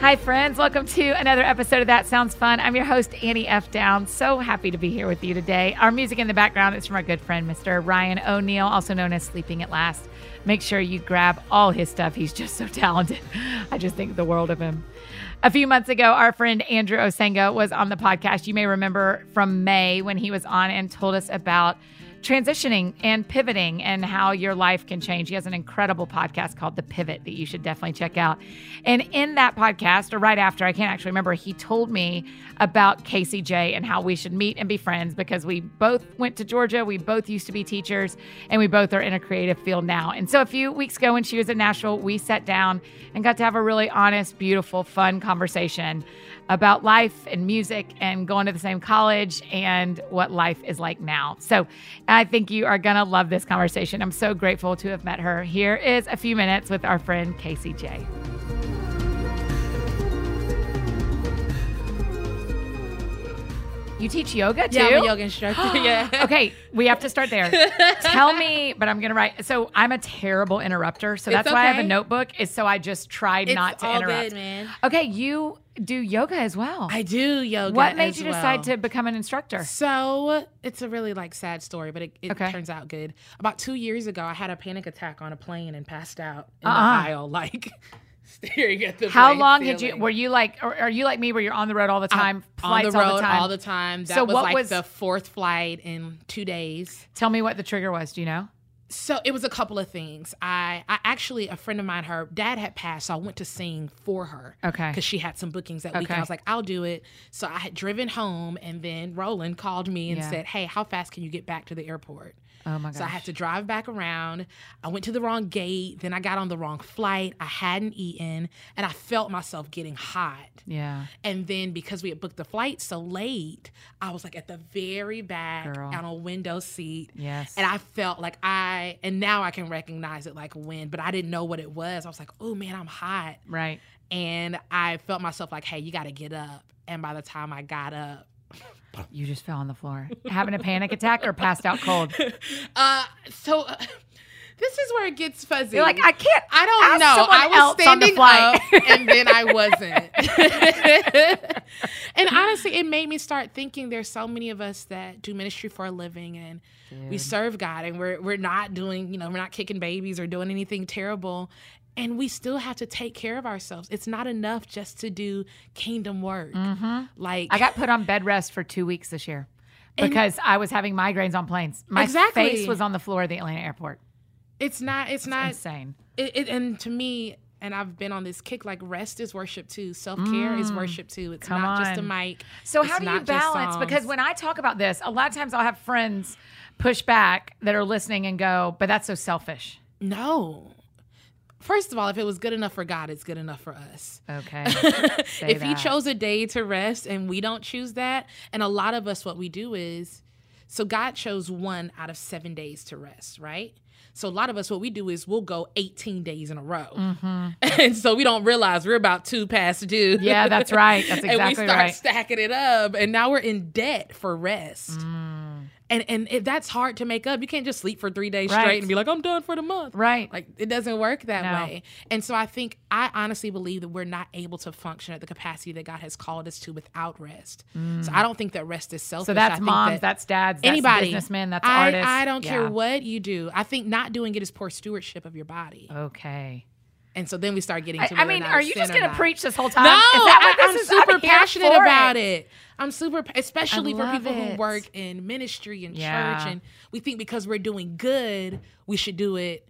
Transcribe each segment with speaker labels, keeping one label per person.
Speaker 1: Hi, friends. Welcome to another episode of That Sounds Fun. I'm your host, Annie F. Downs. So happy to be here with you today. Our music in the background is from our good friend, Mr. Ryan O'Neill, also known as Sleeping at Last. Make sure you grab all his stuff. He's just so talented. I just think the world of him. A few months ago, our friend Andrew Osengo was on the podcast. You may remember from May when he was on and told us about transitioning and pivoting and how your life can change. He has an incredible podcast called The Pivot that you should definitely check out. And in that podcast, or right after, I can't actually remember, he told me about Casey J and how we should meet and be friends because we both went to Georgia, we both used to be teachers, and we both are in a creative field now. And so a few weeks ago when she was in Nashville, we sat down and got to have a really honest, beautiful, fun conversation about life and music and going to the same college and what life is like now. So I think you are going to love this conversation. I'm so grateful to have met her. Here is a few minutes with our friend Casey J. You teach yoga too?
Speaker 2: Yeah, I'm a yoga instructor. yeah.
Speaker 1: okay, we have to start there. Tell me, but I'm gonna write. So I'm a terrible interrupter, so
Speaker 2: It's
Speaker 1: that's why I have a
Speaker 2: okay.
Speaker 1: notebook. Is so I just try
Speaker 2: It's
Speaker 1: not to
Speaker 2: all
Speaker 1: interrupt.
Speaker 2: good, man.
Speaker 1: Okay, you do yoga as well.
Speaker 2: I do yoga.
Speaker 1: what made
Speaker 2: as
Speaker 1: you decide to
Speaker 2: well.
Speaker 1: become an instructor?
Speaker 2: So it's a really like sad story, but it, it
Speaker 1: Okay.
Speaker 2: turns out good. About two years ago, I had a panic attack on a plane and passed out in
Speaker 1: Uh-uh.
Speaker 2: the aisle, like staring at the.
Speaker 1: How
Speaker 2: plane
Speaker 1: long had you?
Speaker 2: ceiling.
Speaker 1: Were you like? Or are you like me? Where you're on the road all the time?
Speaker 2: Uh, on
Speaker 1: flights
Speaker 2: the road
Speaker 1: all the time.
Speaker 2: time? That
Speaker 1: So
Speaker 2: was
Speaker 1: what
Speaker 2: like
Speaker 1: was-
Speaker 2: the fourth flight in two days.
Speaker 1: Tell me what the trigger was. Do you know?
Speaker 2: so it was a couple of things. I, I actually a friend of mine, her dad had passed, so I went to sing for her.
Speaker 1: Okay.
Speaker 2: Because she had some bookings that
Speaker 1: Okay.
Speaker 2: weekend. I was like, I'll do it. So I had driven home, and then Roland called me and
Speaker 1: Yeah.
Speaker 2: said, Hey, how fast can you get back to the airport?
Speaker 1: Oh my gosh.
Speaker 2: So I had to drive back around. I went to the wrong gate. Then I got on the wrong flight. I hadn't eaten, and I felt myself getting hot.
Speaker 1: yeah.
Speaker 2: And then because we had booked the flight so late, I was like at the very back
Speaker 1: Girl.
Speaker 2: on a window seat.
Speaker 1: Yes.
Speaker 2: And I felt like I, and now I can recognize it like when, but I didn't know what it was. I was like, oh man, I'm hot.
Speaker 1: right.
Speaker 2: And I felt myself like, hey, you got to get up. And by the time I got up,
Speaker 1: You just fell on the floor, having a panic attack or passed out cold.
Speaker 2: uh, so uh, this is where it gets fuzzy.
Speaker 1: You're like, I can't.
Speaker 2: I don't
Speaker 1: Ask
Speaker 2: know.
Speaker 1: someone
Speaker 2: I was
Speaker 1: else on the
Speaker 2: standing
Speaker 1: flight.
Speaker 2: up and then I wasn't. and honestly, it made me start thinking there's so many of us that do ministry for a living and we
Speaker 1: Dude.
Speaker 2: serve God and we're we're not doing, you know, we're not kicking babies or doing anything terrible. And we still have to take care of ourselves. It's not enough just to do kingdom work.
Speaker 1: Mhm.
Speaker 2: Like
Speaker 1: I got put on bed rest for two weeks this year
Speaker 2: And-
Speaker 1: because I was having migraines on planes. My
Speaker 2: Exactly.
Speaker 1: face was on the floor of the Atlanta airport.
Speaker 2: it's not it's not
Speaker 1: Insane.
Speaker 2: it, it and to me and I've been on this kick like rest is worship too. Self-care is worship too. It's
Speaker 1: Mm. come
Speaker 2: not just a
Speaker 1: on.
Speaker 2: mic.
Speaker 1: So
Speaker 2: It's
Speaker 1: how do you
Speaker 2: not just
Speaker 1: balance? Because
Speaker 2: songs.
Speaker 1: when I talk about this, a lot of times I'll have friends push back that are listening and go, "But that's so selfish."
Speaker 2: No. First of all, if it was good enough for God, it's good enough for us.
Speaker 1: Okay.
Speaker 2: if He
Speaker 1: that.
Speaker 2: chose a day to rest and we don't choose that, and a lot of us, what we do is, so God chose one out of seven days to rest, right? So a lot of us, what we do is we'll go 18 days in a row. And so we don't realize we're about two past due.
Speaker 1: Mm-hmm. Yeah, that's right. That's
Speaker 2: and we
Speaker 1: exactly
Speaker 2: start
Speaker 1: right.
Speaker 2: stacking it up, and now we're in debt for rest.
Speaker 1: Mm.
Speaker 2: And and it, that's hard to make up. You can't just sleep for three days
Speaker 1: Right.
Speaker 2: straight and be like, I'm done for the month.
Speaker 1: right.
Speaker 2: Like it doesn't work that
Speaker 1: No.
Speaker 2: way. And so I think I honestly believe that we're not able to function at the capacity that God has called us to without rest. So I don't think that rest is selfish.
Speaker 1: Mm. so
Speaker 2: I
Speaker 1: that's
Speaker 2: think
Speaker 1: moms,
Speaker 2: that
Speaker 1: that's dads, that's
Speaker 2: anybody
Speaker 1: businessmen, that's
Speaker 2: I,
Speaker 1: artists.
Speaker 2: I don't care
Speaker 1: Yeah.
Speaker 2: what you do. I think not doing it is poor stewardship of your body.
Speaker 1: Okay.
Speaker 2: And so then we start getting
Speaker 1: Uh, I,
Speaker 2: to
Speaker 1: I
Speaker 2: whether or
Speaker 1: mean,
Speaker 2: not
Speaker 1: are
Speaker 2: it's
Speaker 1: you
Speaker 2: sin
Speaker 1: just
Speaker 2: or
Speaker 1: going to
Speaker 2: not.
Speaker 1: preach this whole
Speaker 2: No,
Speaker 1: time? is that what
Speaker 2: I,
Speaker 1: this
Speaker 2: am
Speaker 1: is?
Speaker 2: super
Speaker 1: I'm here
Speaker 2: passionate
Speaker 1: for
Speaker 2: about it. I'm super, pa- especially for
Speaker 1: love
Speaker 2: people who
Speaker 1: it.
Speaker 2: work in ministry and
Speaker 1: Yeah.
Speaker 2: church, and we think because we're doing good, we should do it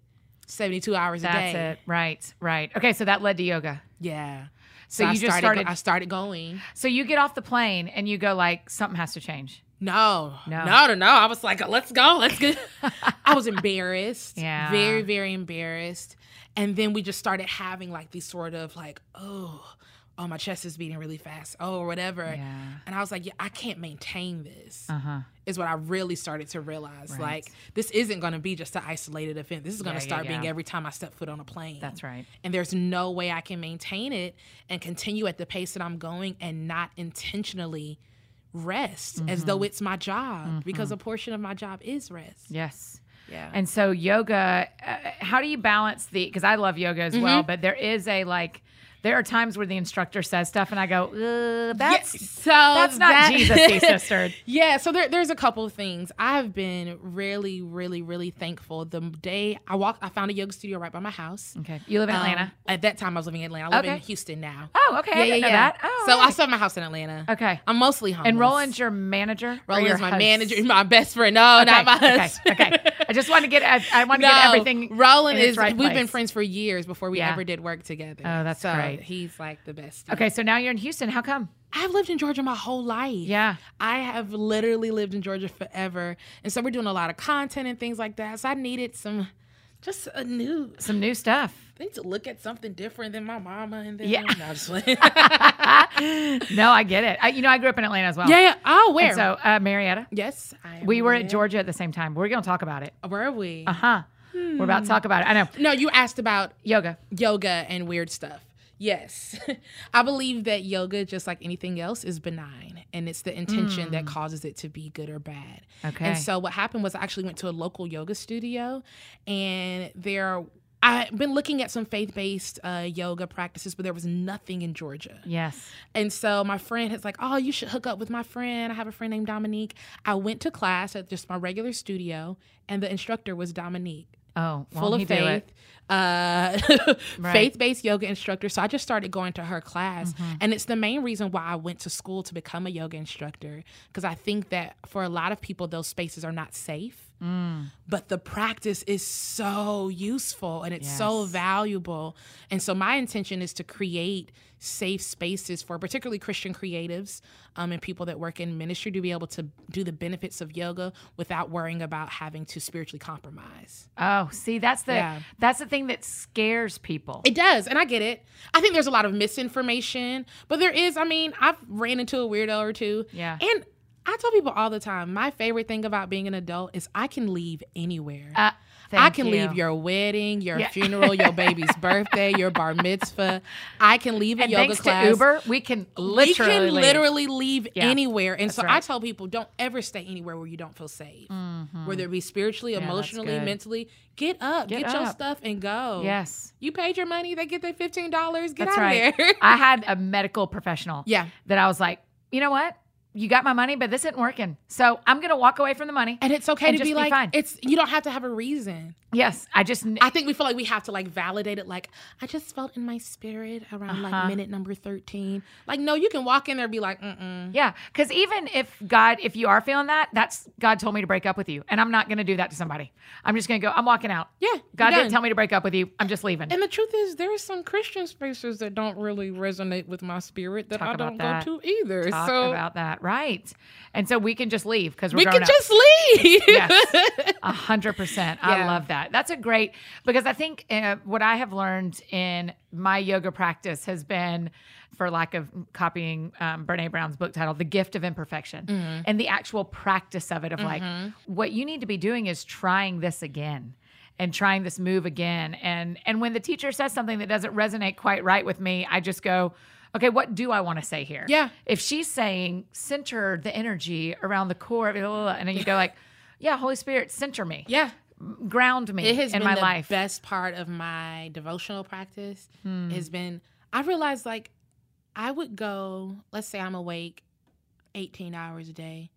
Speaker 2: 72 hours a
Speaker 1: That's
Speaker 2: day.
Speaker 1: it. Right. Right. Okay. So that led to yoga.
Speaker 2: Yeah.
Speaker 1: So
Speaker 2: I
Speaker 1: you just
Speaker 2: started,
Speaker 1: started-
Speaker 2: I started going.
Speaker 1: So you get off the plane and you go like something has to change.
Speaker 2: No,
Speaker 1: No.
Speaker 2: no, no, no. I was like, let's go, let's go. I was embarrassed.
Speaker 1: Yeah.
Speaker 2: Very, very embarrassed. And then we just started having like these sort of like, oh, oh, my chest is beating really fast. Oh, or whatever.
Speaker 1: Yeah.
Speaker 2: And I was like, yeah, I can't maintain this.
Speaker 1: Uh huh.
Speaker 2: is what I really started to realize.
Speaker 1: Right.
Speaker 2: Like, this isn't going to be just an isolated event. This is going
Speaker 1: Yeah,
Speaker 2: to
Speaker 1: yeah,
Speaker 2: start being
Speaker 1: yeah.
Speaker 2: every time I step foot on a plane.
Speaker 1: That's right.
Speaker 2: And there's no way I can maintain it and continue at the pace that I'm going and not intentionally rest as
Speaker 1: Mm-hmm.
Speaker 2: though it's my job because a portion of my job is rest.
Speaker 1: Yes.
Speaker 2: Yeah.
Speaker 1: And
Speaker 2: Mm-hmm.
Speaker 1: so yoga, uh, how do you balance the? Because I love yoga as well, but there is a like There are times where the instructor says stuff, and I go, "Uh, "That's
Speaker 2: Yeah, so
Speaker 1: that's not
Speaker 2: that-
Speaker 1: Jesus-y, sister."
Speaker 2: yeah, so there, there's a couple of things. I've been really, really, really thankful. The day I walked, I found a yoga studio right by my house.
Speaker 1: Okay, you live in
Speaker 2: Um,
Speaker 1: Atlanta.
Speaker 2: at that time, I was living in Atlanta. I live in
Speaker 1: Okay.
Speaker 2: Houston now.
Speaker 1: Oh, okay. I didn't know that. Oh,
Speaker 2: so I
Speaker 1: alright.
Speaker 2: still have my house in Atlanta.
Speaker 1: okay.
Speaker 2: I'm mostly homeless.
Speaker 1: And Roland's your manager. or your
Speaker 2: Roland's my
Speaker 1: host?
Speaker 2: manager, my best friend. No,
Speaker 1: Okay,
Speaker 2: not my
Speaker 1: okay,
Speaker 2: husband.
Speaker 1: okay. I just want to get. I, I want to get everything.
Speaker 2: Roland
Speaker 1: in its
Speaker 2: is.
Speaker 1: right
Speaker 2: we've been
Speaker 1: place.
Speaker 2: friends for years before we
Speaker 1: Yeah.
Speaker 2: ever did work together.
Speaker 1: Oh, that's
Speaker 2: so
Speaker 1: great.
Speaker 2: He's like the best.
Speaker 1: Okay, so now you're in Houston. How come?
Speaker 2: I've lived in Georgia my whole life.
Speaker 1: Yeah.
Speaker 2: I have literally lived in Georgia forever, and so we're doing a lot of content and things like that. So I needed some, just a new.
Speaker 1: Some new stuff.
Speaker 2: I need to look at something different than my mama and then.
Speaker 1: Yeah.
Speaker 2: No, I'm just playing.
Speaker 1: no, I get it. I, you know, I grew up in Atlanta as well.
Speaker 2: Yeah, yeah. Oh,
Speaker 1: And
Speaker 2: where?
Speaker 1: so uh, Marietta.
Speaker 2: yes, I am
Speaker 1: We were at
Speaker 2: there.
Speaker 1: Georgia at the same time. We're going to talk about it.
Speaker 2: Where are we?
Speaker 1: Uh huh. We're about
Speaker 2: Hmm.
Speaker 1: to talk about it. I know.
Speaker 2: No, you asked about
Speaker 1: Yoga.
Speaker 2: yoga and weird stuff. Yes. I believe that yoga, just like anything else, is benign and it's the intention that causes it to be good or bad.
Speaker 1: Okay.
Speaker 2: And so what happened was I actually went to a local yoga studio and there I've been looking at some faith-based uh, yoga practices, but there was nothing in Georgia.
Speaker 1: Yes.
Speaker 2: And so my friend has like, oh, you should hook up with my friend. I have a friend named Dominique. I went to class at just my regular studio, and the instructor was Dominique
Speaker 1: Oh, won't
Speaker 2: full
Speaker 1: he
Speaker 2: of
Speaker 1: do
Speaker 2: faith,
Speaker 1: it?
Speaker 2: uh,
Speaker 1: Right. Mm-hmm.
Speaker 2: faith-based yoga instructor. So I just started going to her class, and it's the main reason why I went to school to become a yoga instructor because I think that for a lot of people, those spaces are not safe.
Speaker 1: Mm.
Speaker 2: But the practice is so useful and it's so
Speaker 1: Yes.
Speaker 2: valuable. And so my intention is to create safe spaces for particularly Christian creatives um, and people that work in ministry to be able to do the benefits of yoga without worrying about having to spiritually compromise.
Speaker 1: Oh, see, that's the
Speaker 2: Yeah.
Speaker 1: that's the thing that scares people.
Speaker 2: It does, and I get it. I think there's a lot of misinformation, but there is. I mean, I've ran into a weirdo or two.
Speaker 1: Yeah.
Speaker 2: And I tell people all the time, my favorite thing about being an adult is I can leave anywhere.
Speaker 1: Uh,
Speaker 2: I
Speaker 1: thank
Speaker 2: can
Speaker 1: you.
Speaker 2: leave your wedding, your
Speaker 1: Yeah.
Speaker 2: funeral, your baby's birthday, your bar mitzvah. I can leave a
Speaker 1: and
Speaker 2: yoga
Speaker 1: thanks
Speaker 2: class.
Speaker 1: to Uber, we can literally
Speaker 2: we can
Speaker 1: leave.
Speaker 2: literally leave
Speaker 1: Yeah,
Speaker 2: anywhere. And so I
Speaker 1: right.
Speaker 2: tell people, don't ever stay anywhere where you don't feel safe,
Speaker 1: Mm-hmm.
Speaker 2: whether it be spiritually,
Speaker 1: Mm. that's
Speaker 2: emotionally,
Speaker 1: good.
Speaker 2: mentally. Get up, get,
Speaker 1: Get
Speaker 2: your
Speaker 1: up.
Speaker 2: stuff, and go.
Speaker 1: Yes.
Speaker 2: You paid your money, they get their fifteen dollars, get
Speaker 1: That's
Speaker 2: out
Speaker 1: right.
Speaker 2: of there.
Speaker 1: I had a medical professional
Speaker 2: yeah.
Speaker 1: that I was like, you know what? You got my money, but this isn't working. So I'm going to walk away from the money.
Speaker 2: And it's okay
Speaker 1: And
Speaker 2: to
Speaker 1: just
Speaker 2: be
Speaker 1: be
Speaker 2: like
Speaker 1: fine.
Speaker 2: it's you don't have to have a reason.
Speaker 1: Yes. I just, kn-
Speaker 2: I think we feel like we have to like validate it like I just felt in my spirit around like
Speaker 1: Uh-huh.
Speaker 2: minute number 13. Like no, you can walk in there and be like, "Mm-mm."
Speaker 1: yeah. Because even if God, if you are feeling that, that's God told me to break up with you. And I'm not going to do that to somebody. I'm just going to go, I'm walking out.
Speaker 2: Yeah, you're
Speaker 1: God
Speaker 2: done.
Speaker 1: didn't tell me to break up with you. I'm just leaving.
Speaker 2: And the truth is, there are some Christian spaces that don't really resonate with my spirit that
Speaker 1: Talk
Speaker 2: I
Speaker 1: about
Speaker 2: don't
Speaker 1: that.
Speaker 2: go to either.
Speaker 1: Talk
Speaker 2: so
Speaker 1: about that. Right. And so we can just leave because we're
Speaker 2: we
Speaker 1: grown
Speaker 2: can
Speaker 1: up.
Speaker 2: just leave.
Speaker 1: Yes. A hundred percent. I
Speaker 2: Yeah.
Speaker 1: love that. That's a great because I think uh, what I have learned in my yoga practice has been, for lack of copying um, Brene Brown's book title, "The Gift of Imperfection,"
Speaker 2: Mm-hmm.
Speaker 1: and the actual practice of it of like what you need to be doing is trying this again and trying this move again. And and when the teacher says something that doesn't resonate quite right with me, I just go. Okay, what do I want to say here?
Speaker 2: Yeah.
Speaker 1: If she's saying center the energy around the core, blah, blah, blah, and then you go like, yeah, Holy Spirit, center me.
Speaker 2: yeah.
Speaker 1: Ground me
Speaker 2: it has
Speaker 1: in
Speaker 2: been
Speaker 1: my
Speaker 2: the
Speaker 1: life.
Speaker 2: best part of my devotional practice
Speaker 1: Hmm,
Speaker 2: has been i realized like i would go let's say i'm awake 18 hours a day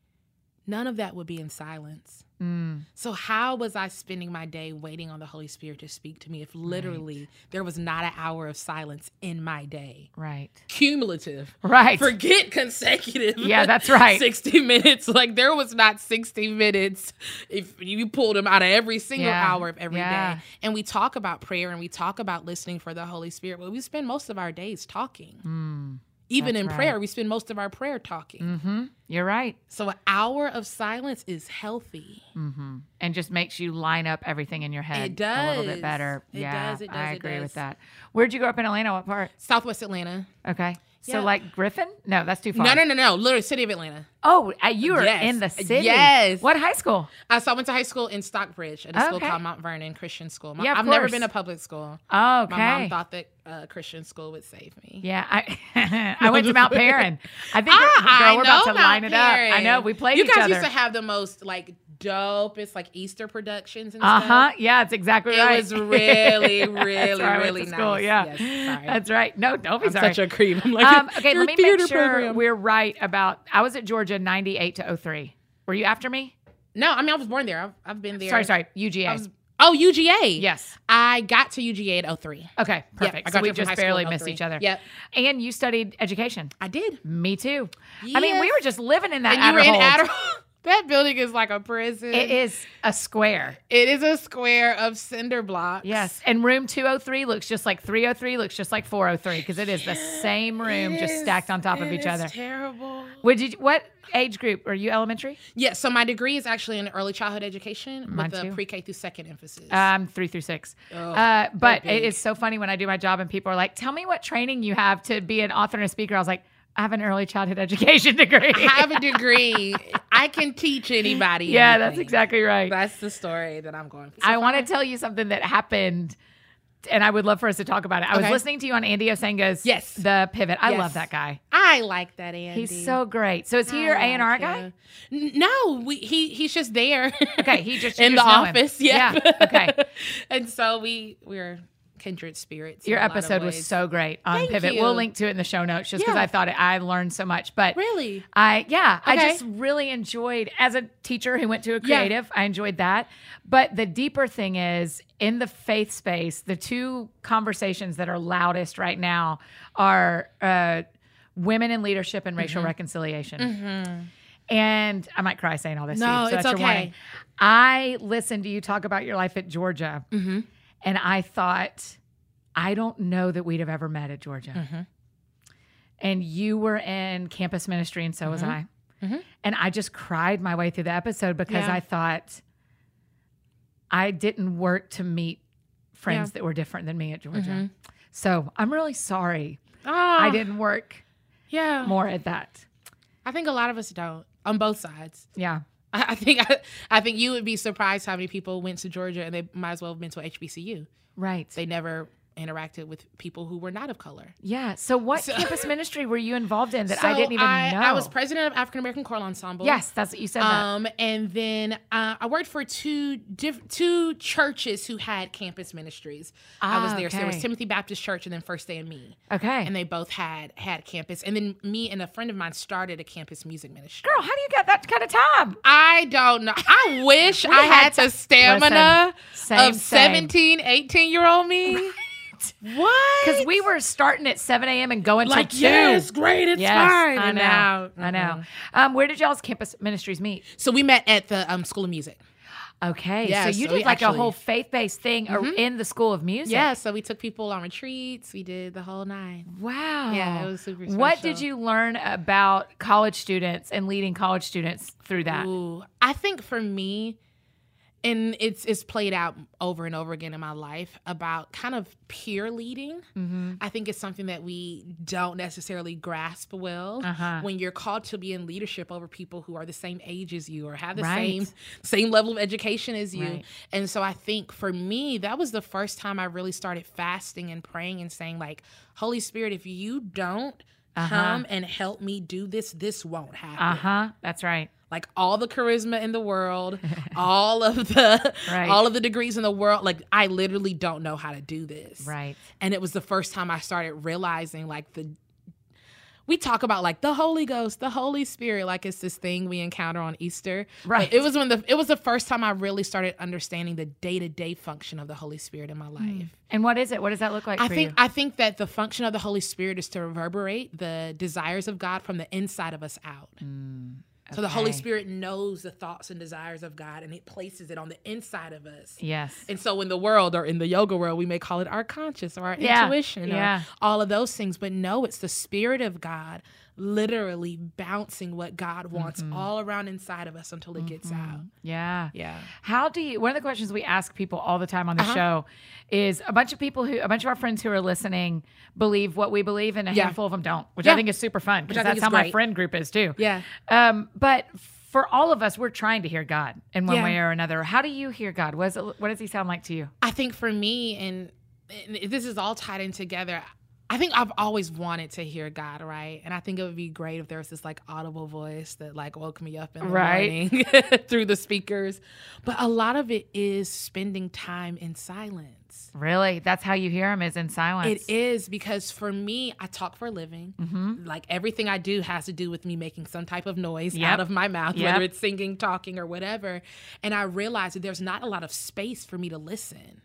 Speaker 2: none of that would be in silence
Speaker 1: Mm,
Speaker 2: so how was i spending my day waiting on the holy spirit to speak to me if literally there was not an hour of silence in my day
Speaker 1: right.
Speaker 2: cumulative
Speaker 1: Right.
Speaker 2: forget consecutive
Speaker 1: yeah, that's right.
Speaker 2: 60 minutes. Like there was not 60 minutes if you pulled them out of every single
Speaker 1: Yeah.
Speaker 2: hour of every day.
Speaker 1: Yeah.
Speaker 2: And we talk about prayer and we talk about listening for the Holy Spirit, but we spend most of our days talking.
Speaker 1: Mm,
Speaker 2: Even
Speaker 1: that's
Speaker 2: in
Speaker 1: right.
Speaker 2: prayer, we spend most of our prayer talking.
Speaker 1: hmm You're right.
Speaker 2: So an hour of silence is healthy.
Speaker 1: hmm And just makes you line up everything in your head a little
Speaker 2: does.
Speaker 1: bit better.
Speaker 2: It
Speaker 1: yeah,
Speaker 2: does, it
Speaker 1: I
Speaker 2: does, it
Speaker 1: agree
Speaker 2: does.
Speaker 1: with that. Where'd you grow up in Atlanta? What part?
Speaker 2: Southwest Atlanta.
Speaker 1: Okay. So
Speaker 2: Yeah.
Speaker 1: like Griffin? No, that's too far.
Speaker 2: No, no, no, no. Literally, city of Atlanta.
Speaker 1: Oh, uh, you were
Speaker 2: Yes.
Speaker 1: in the city.
Speaker 2: Yes.
Speaker 1: What high school?
Speaker 2: Uh, so I went to high school in Stockbridge at a school
Speaker 1: Okay.
Speaker 2: called Mount Vernon Christian School. My-
Speaker 1: Yeah, of
Speaker 2: I've never
Speaker 1: course.
Speaker 2: been to public school.
Speaker 1: Oh, okay.
Speaker 2: My mom thought that uh, Christian school would save me.
Speaker 1: yeah, I I went to Mount Perrin. I think we're,
Speaker 2: Ah,
Speaker 1: girl, we're
Speaker 2: I know
Speaker 1: about to line
Speaker 2: Mount
Speaker 1: it up. I
Speaker 2: Perrin.
Speaker 1: know we played
Speaker 2: You
Speaker 1: each
Speaker 2: guys
Speaker 1: other.
Speaker 2: used to have the most like dope. It's like Easter productions and
Speaker 1: Uh huh.
Speaker 2: stuff.
Speaker 1: Yeah, it's exactly
Speaker 2: It
Speaker 1: right.
Speaker 2: was really,
Speaker 1: That's where
Speaker 2: really,
Speaker 1: I went
Speaker 2: really
Speaker 1: to school,
Speaker 2: nice.
Speaker 1: Yeah,
Speaker 2: Yes, sorry.
Speaker 1: that's right. No, don't be
Speaker 2: I'm
Speaker 1: sorry.
Speaker 2: such a creep. I'm like,
Speaker 1: um, okay,
Speaker 2: "Your
Speaker 1: let me make
Speaker 2: theater
Speaker 1: sure
Speaker 2: program."
Speaker 1: we're right about. I was at Georgia '98 to 03. Were you after me?
Speaker 2: No, I mean I was born there. I've, I've been there.
Speaker 1: Sorry, sorry. UGA.
Speaker 2: I was- oh, UGA.
Speaker 1: yes.
Speaker 2: I got to UGA at 03.
Speaker 1: Okay.
Speaker 2: Yep,
Speaker 1: Perfect.
Speaker 2: I
Speaker 1: so
Speaker 2: got
Speaker 1: we
Speaker 2: there from high
Speaker 1: just
Speaker 2: school
Speaker 1: barely
Speaker 2: in
Speaker 1: missed
Speaker 2: 03.
Speaker 1: each other.
Speaker 2: Yep.
Speaker 1: And you studied education.
Speaker 2: I did.
Speaker 1: Me too. I mean, we
Speaker 2: Yes.
Speaker 1: were just living in that.
Speaker 2: and you were in
Speaker 1: Adderhold.
Speaker 2: Adderall. that building is like a prison.
Speaker 1: It is a square.
Speaker 2: It is a square of cinder blocks.
Speaker 1: Yes. And room 203 looks just like 303, looks just like 403 because it is the same room
Speaker 2: It
Speaker 1: just
Speaker 2: is-
Speaker 1: stacked on top of
Speaker 2: it
Speaker 1: each
Speaker 2: is
Speaker 1: other.
Speaker 2: Terrible.
Speaker 1: Would you what age group are you elementary?
Speaker 2: Yeah, so my degree is actually in early childhood education
Speaker 1: Mine
Speaker 2: with a
Speaker 1: too.
Speaker 2: pre-K through second emphasis.
Speaker 1: Um 3 through 6.
Speaker 2: Oh,
Speaker 1: uh but
Speaker 2: they're
Speaker 1: it
Speaker 2: big.
Speaker 1: is so funny when I do my job and people are like, "Tell me what training you have to be an author and a speaker." I was like, "I have an early childhood education degree."
Speaker 2: I have a degree. I can teach anybody.
Speaker 1: yeah, that's
Speaker 2: anything.
Speaker 1: exactly right.
Speaker 2: That's the story that I'm going for.
Speaker 1: I want to tell you something that happened, and I would love for us to talk about it. I was
Speaker 2: Okay.
Speaker 1: listening to you on Andy Osango's
Speaker 2: Yes.
Speaker 1: The Pivot. I
Speaker 2: Yes.
Speaker 1: love that guy.
Speaker 2: I like that Andy.
Speaker 1: He's so great. So is he your A and R guy?
Speaker 2: No, we, he he's just there.
Speaker 1: Okay, he just you
Speaker 2: in the
Speaker 1: just know him.
Speaker 2: office. Yeah.
Speaker 1: Okay.
Speaker 2: and so we we're kindred spirits. in
Speaker 1: Your
Speaker 2: a lot of
Speaker 1: episode was
Speaker 2: ways.
Speaker 1: so great on
Speaker 2: Thank
Speaker 1: Pivot.
Speaker 2: you.
Speaker 1: We'll link to it in the show notes just because
Speaker 2: Yeah.
Speaker 1: I thought it, I learned so much. But
Speaker 2: really.
Speaker 1: I yeah, I
Speaker 2: Okay.
Speaker 1: just really enjoyed as a teacher who went to a
Speaker 2: Yeah.
Speaker 1: creative, I enjoyed that. But the deeper thing is in the faith space, the two conversations that are loudest right now are uh, women in leadership and
Speaker 2: Mm-hmm.
Speaker 1: racial reconciliation. Mm-hmm. And I might cry saying all this. to you,
Speaker 2: No,
Speaker 1: so
Speaker 2: it's
Speaker 1: that's your
Speaker 2: okay.
Speaker 1: warning. I listened to you talk about your life at Georgia,
Speaker 2: Mm-hmm.
Speaker 1: and I thought, I don't know that we'd have ever met at Georgia and you were in campus ministry and so was I.
Speaker 2: Mhm.
Speaker 1: And I just cried my way through the episode because
Speaker 2: Yeah.
Speaker 1: I thought I didn't work to meet friends that were different than me at Georgia. So I'm really sorry I
Speaker 2: Oh,
Speaker 1: didn't work
Speaker 2: yeah.
Speaker 1: more at that.
Speaker 2: I think a lot of us don't on both sides.
Speaker 1: Yeah.
Speaker 2: I, I think I, I think you would be surprised how many people went to Georgia and they might as well have been to a HBCU.
Speaker 1: Right.
Speaker 2: They never interacted with people who were not of color.
Speaker 1: yeah. So what
Speaker 2: So-
Speaker 1: campus ministry were you involved in that I
Speaker 2: So
Speaker 1: didn't even
Speaker 2: I,
Speaker 1: know?
Speaker 2: I was president of African American Choral Ensemble.
Speaker 1: Yes, that's what you said. that.
Speaker 2: Um, and then uh, I worked for two diff- two churches who had campus ministries. I was
Speaker 1: Ah,
Speaker 2: there. So there was
Speaker 1: okay.
Speaker 2: Timothy Baptist Church and then First Day and Me,
Speaker 1: Okay.
Speaker 2: and they both had had campus. And then me and a friend of mine started a campus music ministry.
Speaker 1: Girl, how do you get that kind of time?
Speaker 2: I don't know. I wish I
Speaker 1: had
Speaker 2: had
Speaker 1: to-
Speaker 2: the stamina
Speaker 1: Listen, same,
Speaker 2: of
Speaker 1: same.
Speaker 2: 17, 18 year old me. What?
Speaker 1: Because we were starting at 7 a.m. and going
Speaker 2: like
Speaker 1: till 2.
Speaker 2: yes, great, it's fine.
Speaker 1: I
Speaker 2: and
Speaker 1: know.
Speaker 2: out.
Speaker 1: I know.
Speaker 2: Mhm.
Speaker 1: Um, where did y'all's campus ministries meet?
Speaker 2: So we met at the um, School of Music.
Speaker 1: Okay,
Speaker 2: Yeah,
Speaker 1: so you
Speaker 2: so we
Speaker 1: did like a
Speaker 2: actually- Mm-hmm.
Speaker 1: whole faith-based thing ar- in the School of Music.
Speaker 2: Yeah, so we took people on retreats. We did the whole nine.
Speaker 1: Wow.
Speaker 2: Yeah, it was super
Speaker 1: What did
Speaker 2: special.
Speaker 1: you learn about college students and leading college students through that?
Speaker 2: Ooh, I think for me, and it's it's played out over and over again in my life about kind of peer leading.
Speaker 1: Mm-hmm.
Speaker 2: I think it's something that we don't necessarily grasp well
Speaker 1: Uh-huh.
Speaker 2: when you're called to be in leadership over people who are the same age as you or have the
Speaker 1: Right.
Speaker 2: same same level of education as you.
Speaker 1: Right.
Speaker 2: And so I think for me, that was the first time I really started fasting and praying and saying like, Holy Spirit, if you don't
Speaker 1: Uh-huh.
Speaker 2: come and help me do this, this won't happen
Speaker 1: Uh huh. That's right.
Speaker 2: like all the charisma in the world, all of the
Speaker 1: Right.
Speaker 2: all of the degrees in the world. Like I literally don't know how to do this.
Speaker 1: Right.
Speaker 2: And it was the first time I started realizing like the we talk about like the Holy Ghost, the Holy Spirit, like it's this thing we encounter on Easter. But
Speaker 1: Right.
Speaker 2: it was when the it was the first time I really started understanding the day to day function of the Holy Spirit in my life.
Speaker 1: And what is it? What does that look like
Speaker 2: I
Speaker 1: for
Speaker 2: think
Speaker 1: you?
Speaker 2: I think that the function of the Holy Spirit is to reverberate the desires of God from the inside of us out. So the Holy
Speaker 1: Mm, okay.
Speaker 2: Spirit knows the thoughts and desires of God and it places it on the inside of us.
Speaker 1: Yes.
Speaker 2: And so in the world or in the yoga world, we may call it our conscience or our
Speaker 1: Yeah,
Speaker 2: intuition
Speaker 1: yeah.
Speaker 2: or all of those things. But no, it's the Spirit of God literally bouncing what God wants
Speaker 1: Mm-hmm.
Speaker 2: all around inside of us until it gets out.
Speaker 1: Yeah.
Speaker 2: Yeah.
Speaker 1: How do you? One of the questions we ask people all the time on the
Speaker 2: Uh-huh.
Speaker 1: show is a bunch of people who, a bunch of our friends who are listening, believe what we believe, and a
Speaker 2: Yeah.
Speaker 1: handful of them don't, which I
Speaker 2: Yeah.
Speaker 1: think is super fun
Speaker 2: I
Speaker 1: because
Speaker 2: think
Speaker 1: that's
Speaker 2: is
Speaker 1: how my
Speaker 2: great.
Speaker 1: friend group is too.
Speaker 2: Yeah.
Speaker 1: Um, but for all of us, we're trying to hear God in one
Speaker 2: Yeah.
Speaker 1: way or another. How do you hear God? What, is it, what does He sound like to you?
Speaker 2: I think for me, and, and this is all tied in together. I think I've always wanted to hear God, right? And I think it would be great if there was this like audible voice that like woke me up in the
Speaker 1: Right.
Speaker 2: morning through the speakers. But a lot of it is spending time in silence.
Speaker 1: Really? That's how you hear them is in silence.
Speaker 2: It is because for me, I talk for a living.
Speaker 1: Mm-hmm.
Speaker 2: Like everything I do has to do with me making some type of noise
Speaker 1: Yep.
Speaker 2: out of my mouth,
Speaker 1: Yep.
Speaker 2: whether it's singing, talking, or whatever. And I realized that there's not a lot of space for me to listen.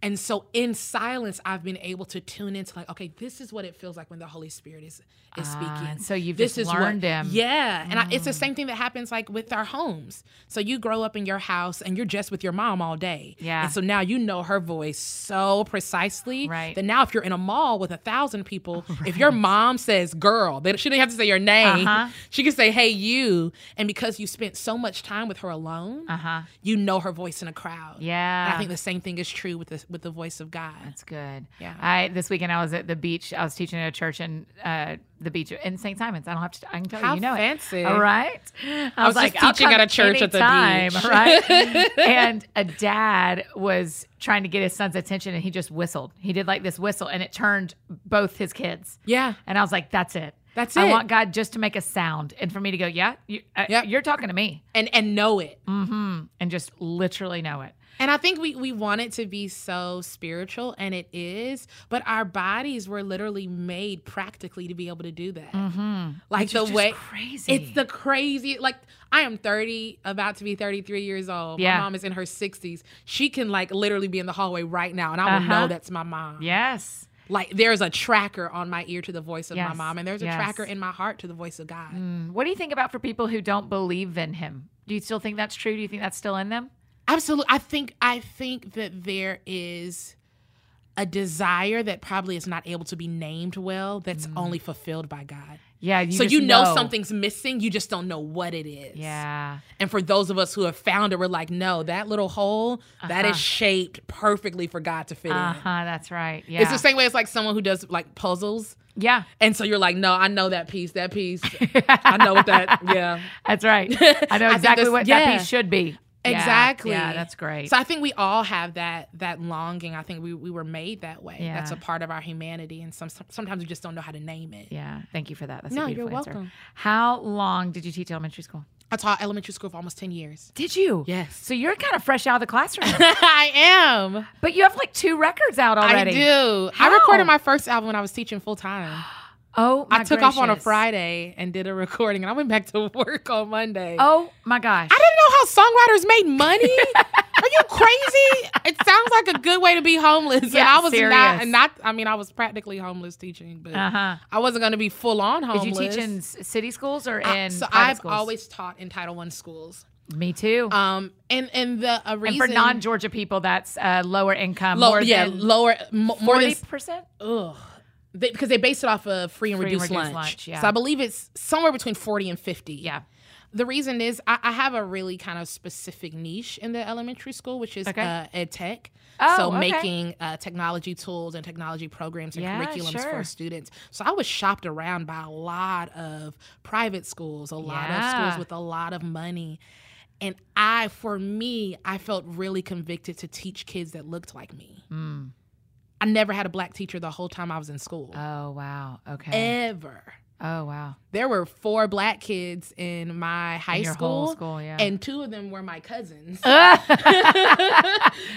Speaker 2: And so in silence, I've been able to tune into like, okay, this is what it feels like when the Holy Spirit is is
Speaker 1: Ah,
Speaker 2: speaking.
Speaker 1: and so you've
Speaker 2: this
Speaker 1: just
Speaker 2: is what-
Speaker 1: learned Mm. him.
Speaker 2: Yeah. And I, it's the same thing that happens like with our homes. So you grow up in your house and you're just with your mom all day.
Speaker 1: Yeah.
Speaker 2: And so now you know her voice so precisely
Speaker 1: Right.
Speaker 2: that now if you're in a mall with a thousand people, if your mom says girl, that she didn't have to say your name.
Speaker 1: Uh-huh.
Speaker 2: She can say, hey, you. And because you spent so much time with her alone,
Speaker 1: Uh huh.
Speaker 2: you know her voice in a crowd. And
Speaker 1: Yeah.
Speaker 2: I think the same thing is true with the, with the voice of God.
Speaker 1: That's good.
Speaker 2: Yeah.
Speaker 1: I this weekend I was at the beach. I was teaching at a church in uh, the beach in St. Simons. I don't have to. I can tell you.
Speaker 2: How
Speaker 1: You know
Speaker 2: fancy.
Speaker 1: it. All right. I,
Speaker 2: was just
Speaker 1: "I'll
Speaker 2: teaching at
Speaker 1: come
Speaker 2: a church at the
Speaker 1: anytime,"
Speaker 2: beach.
Speaker 1: Right. and a dad was trying to get his son's attention, and he just whistled. He did like this whistle, and it turned both his kids.
Speaker 2: Yeah.
Speaker 1: And I was like, "That's it.
Speaker 2: That's
Speaker 1: I
Speaker 2: it.
Speaker 1: want God just to make a sound, and for me to go, yeah, you, uh,
Speaker 2: Yep.
Speaker 1: you're talking to me,
Speaker 2: And, and know it.
Speaker 1: mm-hmm. and just literally know it.
Speaker 2: And I think we we want it to be so spiritual, and it is. But our bodies were literally made practically to be able to do that.
Speaker 1: Mm-hmm.
Speaker 2: Like the
Speaker 1: just
Speaker 2: way
Speaker 1: crazy.
Speaker 2: it's the crazy. Like I am thirty, about to be thirty three years old.
Speaker 1: Yeah.
Speaker 2: My mom is in her sixties. She can like literally be in the hallway right now, and I will
Speaker 1: Uh-huh.
Speaker 2: know that's my mom.
Speaker 1: yes.
Speaker 2: Like there's a tracker on my ear to the voice of my
Speaker 1: Yes.
Speaker 2: mom, and there's a
Speaker 1: Yes.
Speaker 2: tracker in my heart to the voice of God.
Speaker 1: Mm. What do you think about for people who don't believe in him? Do you still think that's true? Do you think that's still in them?
Speaker 2: Absolutely. I think I think that there is a desire that probably is not able to be named well that's only fulfilled by God.
Speaker 1: Yeah. Mm. You
Speaker 2: so
Speaker 1: just
Speaker 2: you know, something's missing, you just don't know what it is.
Speaker 1: Yeah.
Speaker 2: And for those of us who have found it, we're like, no, that little hole that
Speaker 1: Uh-huh.
Speaker 2: is shaped perfectly for God to fit
Speaker 1: Uh
Speaker 2: in.
Speaker 1: huh. That's right. Yeah.
Speaker 2: It's the same way as like someone who does like puzzles.
Speaker 1: yeah.
Speaker 2: And so you're like, no, I know that piece, that piece. I know what that, yeah.
Speaker 1: That's right. I know
Speaker 2: I think
Speaker 1: exactly
Speaker 2: this-
Speaker 1: what
Speaker 2: yeah.
Speaker 1: that piece should be. Yeah.
Speaker 2: Exactly.
Speaker 1: Yeah. that's great.
Speaker 2: So I think we all have that that longing. I think we, we were made that way. That's a
Speaker 1: Yeah.
Speaker 2: part of our humanity, and some sometimes we just don't know how to name it.
Speaker 1: yeah. Thank you for that. That's
Speaker 2: No,
Speaker 1: a
Speaker 2: you're
Speaker 1: beautiful answer.
Speaker 2: welcome.
Speaker 1: How long did you teach elementary school?
Speaker 2: I taught elementary school for almost ten years.
Speaker 1: Did you?
Speaker 2: Yes,
Speaker 1: So you're kind of fresh out of the classroom,
Speaker 2: I am.
Speaker 1: but you have like two records out already.
Speaker 2: I do.
Speaker 1: How?
Speaker 2: I recorded my first album when I was teaching full time.
Speaker 1: Oh, my
Speaker 2: I took off on a
Speaker 1: gracious.
Speaker 2: Friday and did a recording, and I went back to work on Monday.
Speaker 1: Oh my gosh.
Speaker 2: I didn't know how songwriters made money. Are you crazy? It sounds like a good way to be homeless. and
Speaker 1: Yeah,
Speaker 2: I was
Speaker 1: serious.
Speaker 2: not, not. I mean, I was practically homeless teaching, but
Speaker 1: Uh huh.
Speaker 2: I wasn't going to be full on homeless.
Speaker 1: Did you teach in s- city schools or in
Speaker 2: I- um, Uh, so
Speaker 1: private
Speaker 2: I've
Speaker 1: schools?
Speaker 2: always taught in Title One schools.
Speaker 1: me too.
Speaker 2: Um, and and the a
Speaker 1: and
Speaker 2: reason
Speaker 1: for non Georgia people, that's uh, lower income.
Speaker 2: low,
Speaker 1: more
Speaker 2: yeah,
Speaker 1: than
Speaker 2: lower mo- more than
Speaker 1: forty percent.
Speaker 2: ugh, They- because they, based it off of free and
Speaker 1: Free and
Speaker 2: reduced,
Speaker 1: reduced
Speaker 2: lunch.
Speaker 1: lunch, yeah.
Speaker 2: So I believe it's somewhere between forty and fifty.
Speaker 1: Yeah.
Speaker 2: The reason is I, I have a really kind of specific niche in the elementary school, which is
Speaker 1: Okay.
Speaker 2: uh, ed tech.
Speaker 1: Oh,
Speaker 2: so
Speaker 1: okay.
Speaker 2: making uh, technology tools and technology programs and
Speaker 1: Yeah,
Speaker 2: curriculums
Speaker 1: sure.
Speaker 2: for students. So I was shopped around by a lot of private schools, a lot of
Speaker 1: Yeah.
Speaker 2: schools with a lot of money. And I, for me, I felt really convicted to teach kids that looked like me.
Speaker 1: Mm.
Speaker 2: I never had a black teacher the whole time I was in school,
Speaker 1: Oh wow. Okay.
Speaker 2: ever.
Speaker 1: oh wow.
Speaker 2: There were four black kids in my high
Speaker 1: In your
Speaker 2: school,
Speaker 1: whole school, yeah.
Speaker 2: and two of them were my cousins.
Speaker 1: And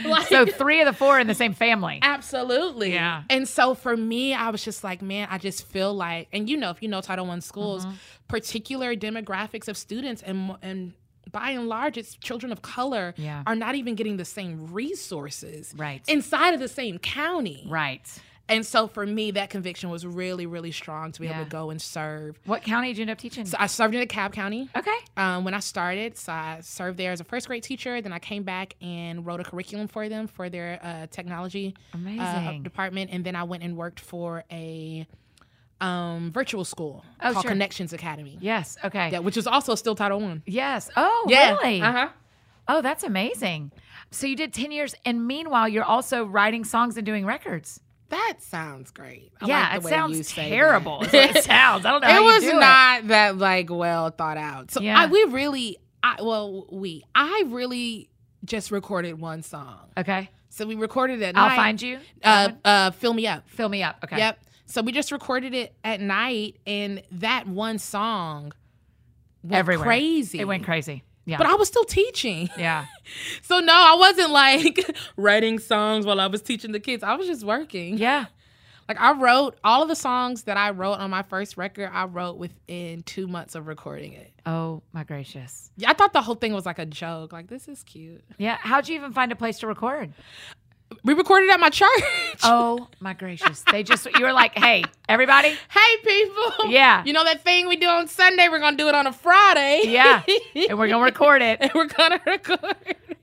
Speaker 2: Like-
Speaker 1: so three of the four in the same family.
Speaker 2: Absolutely.
Speaker 1: Yeah.
Speaker 2: And so for me, I was just like, man, I just feel like, and you know, if you know Title One schools,
Speaker 1: Mm-hmm.
Speaker 2: particular demographics of students and and by and large, it's children of color
Speaker 1: Yeah.
Speaker 2: are not even getting the same resources
Speaker 1: Right.
Speaker 2: inside of the same county.
Speaker 1: right.
Speaker 2: And so for me, that conviction was really, really strong to be
Speaker 1: Yeah.
Speaker 2: able to go and serve.
Speaker 1: What county did you end up teaching?
Speaker 2: So I served in DeKalb County
Speaker 1: okay.
Speaker 2: um, when I started. So I served there as a first grade teacher. Then I came back and wrote a curriculum for them for their uh, technology uh,
Speaker 1: Amazing.
Speaker 2: department, and then I went and worked for a um, virtual school
Speaker 1: Oh,
Speaker 2: called
Speaker 1: sure.
Speaker 2: Connections Academy.
Speaker 1: yes. Okay.
Speaker 2: Yeah, which was also still Title One.
Speaker 1: Yes. Oh,
Speaker 2: Yeah.
Speaker 1: really?
Speaker 2: Uh huh.
Speaker 1: Oh, that's amazing. So you did 10 years, and meanwhile, you're also writing songs and doing records.
Speaker 2: That sounds great. I
Speaker 1: yeah,
Speaker 2: like the
Speaker 1: it
Speaker 2: way you
Speaker 1: sounds
Speaker 2: say that.
Speaker 1: terrible. Is what it sounds. I don't know.
Speaker 2: it
Speaker 1: how you
Speaker 2: was
Speaker 1: do
Speaker 2: not that like well thought out. So
Speaker 1: Yeah.
Speaker 2: I, we really, I well, we, I really just recorded one song.
Speaker 1: Okay.
Speaker 2: So we recorded it at
Speaker 1: I'll
Speaker 2: night.
Speaker 1: find you. That
Speaker 2: Uh,
Speaker 1: one?
Speaker 2: uh, fill me up.
Speaker 1: Fill me up. Okay.
Speaker 2: Yep. So we just recorded it at night, and that one song went
Speaker 1: Everywhere.
Speaker 2: crazy.
Speaker 1: It went crazy. Yeah.
Speaker 2: But I was still teaching.
Speaker 1: yeah.
Speaker 2: So no, I wasn't like writing songs while I was teaching the kids. I was just working.
Speaker 1: Yeah.
Speaker 2: Like I wrote all of the songs that I wrote on my first record, I wrote within two months of recording it.
Speaker 1: Oh my gracious.
Speaker 2: Yeah, I thought the whole thing was like a joke. Like this is cute.
Speaker 1: Yeah. How'd you even find a place to record?
Speaker 2: We recorded at my church.
Speaker 1: Oh my gracious. They just you were like, hey, everybody.
Speaker 2: hey people.
Speaker 1: Yeah.
Speaker 2: You know that thing we do on Sunday, we're gonna do it on a Friday.
Speaker 1: Yeah. And we're gonna record it.
Speaker 2: and we're gonna record.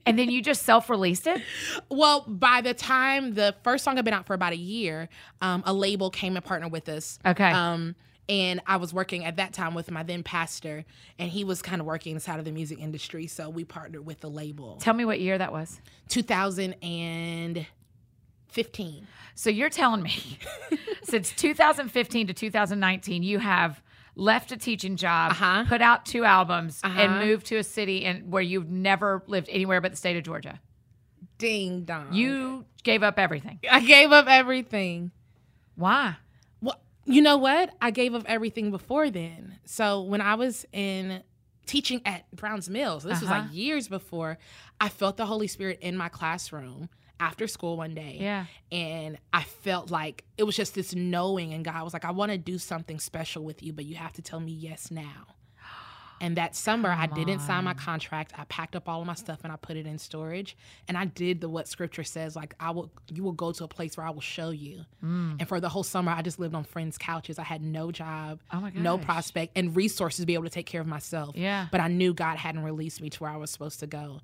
Speaker 1: And then you just self-released it?
Speaker 2: Well, by the time the first song had been out for about a year, um, a label came and partnered with us.
Speaker 1: Okay.
Speaker 2: Um, and I was working at that time with my then pastor, and he was kind of working inside of the music industry. So we partnered with the label.
Speaker 1: Tell me what year that was.
Speaker 2: 2015.
Speaker 1: So you're telling me since 2015 to 2019, you have left a teaching job,
Speaker 2: Uh-huh.
Speaker 1: put out two albums,
Speaker 2: Uh-huh.
Speaker 1: and moved to a city and where you've never lived anywhere but the state of Georgia.
Speaker 2: Ding dong.
Speaker 1: You gave up everything.
Speaker 2: I gave up everything.
Speaker 1: Why?
Speaker 2: Well, you know what? I gave up everything before then. So when I was in teaching at Browns Mills, this was
Speaker 1: Uh-huh.
Speaker 2: like years before, I felt the Holy Spirit in my classroom after school one day.
Speaker 1: Yeah.
Speaker 2: And I felt like it was just this knowing, and God was like, I want to do something special with you, but you have to tell me yes now. And that summer, I didn't sign my contract. I packed up all of my stuff and I put it in storage. And I did the what Scripture says, like I will, you will go to a place where I will show you.
Speaker 1: Mm.
Speaker 2: And for the whole summer, I just lived on friends' couches. I had no job,
Speaker 1: Oh my
Speaker 2: no
Speaker 1: gosh.
Speaker 2: prospect, and resources to be able to take care of myself.
Speaker 1: Yeah.
Speaker 2: But I knew God hadn't released me to where I was supposed to go.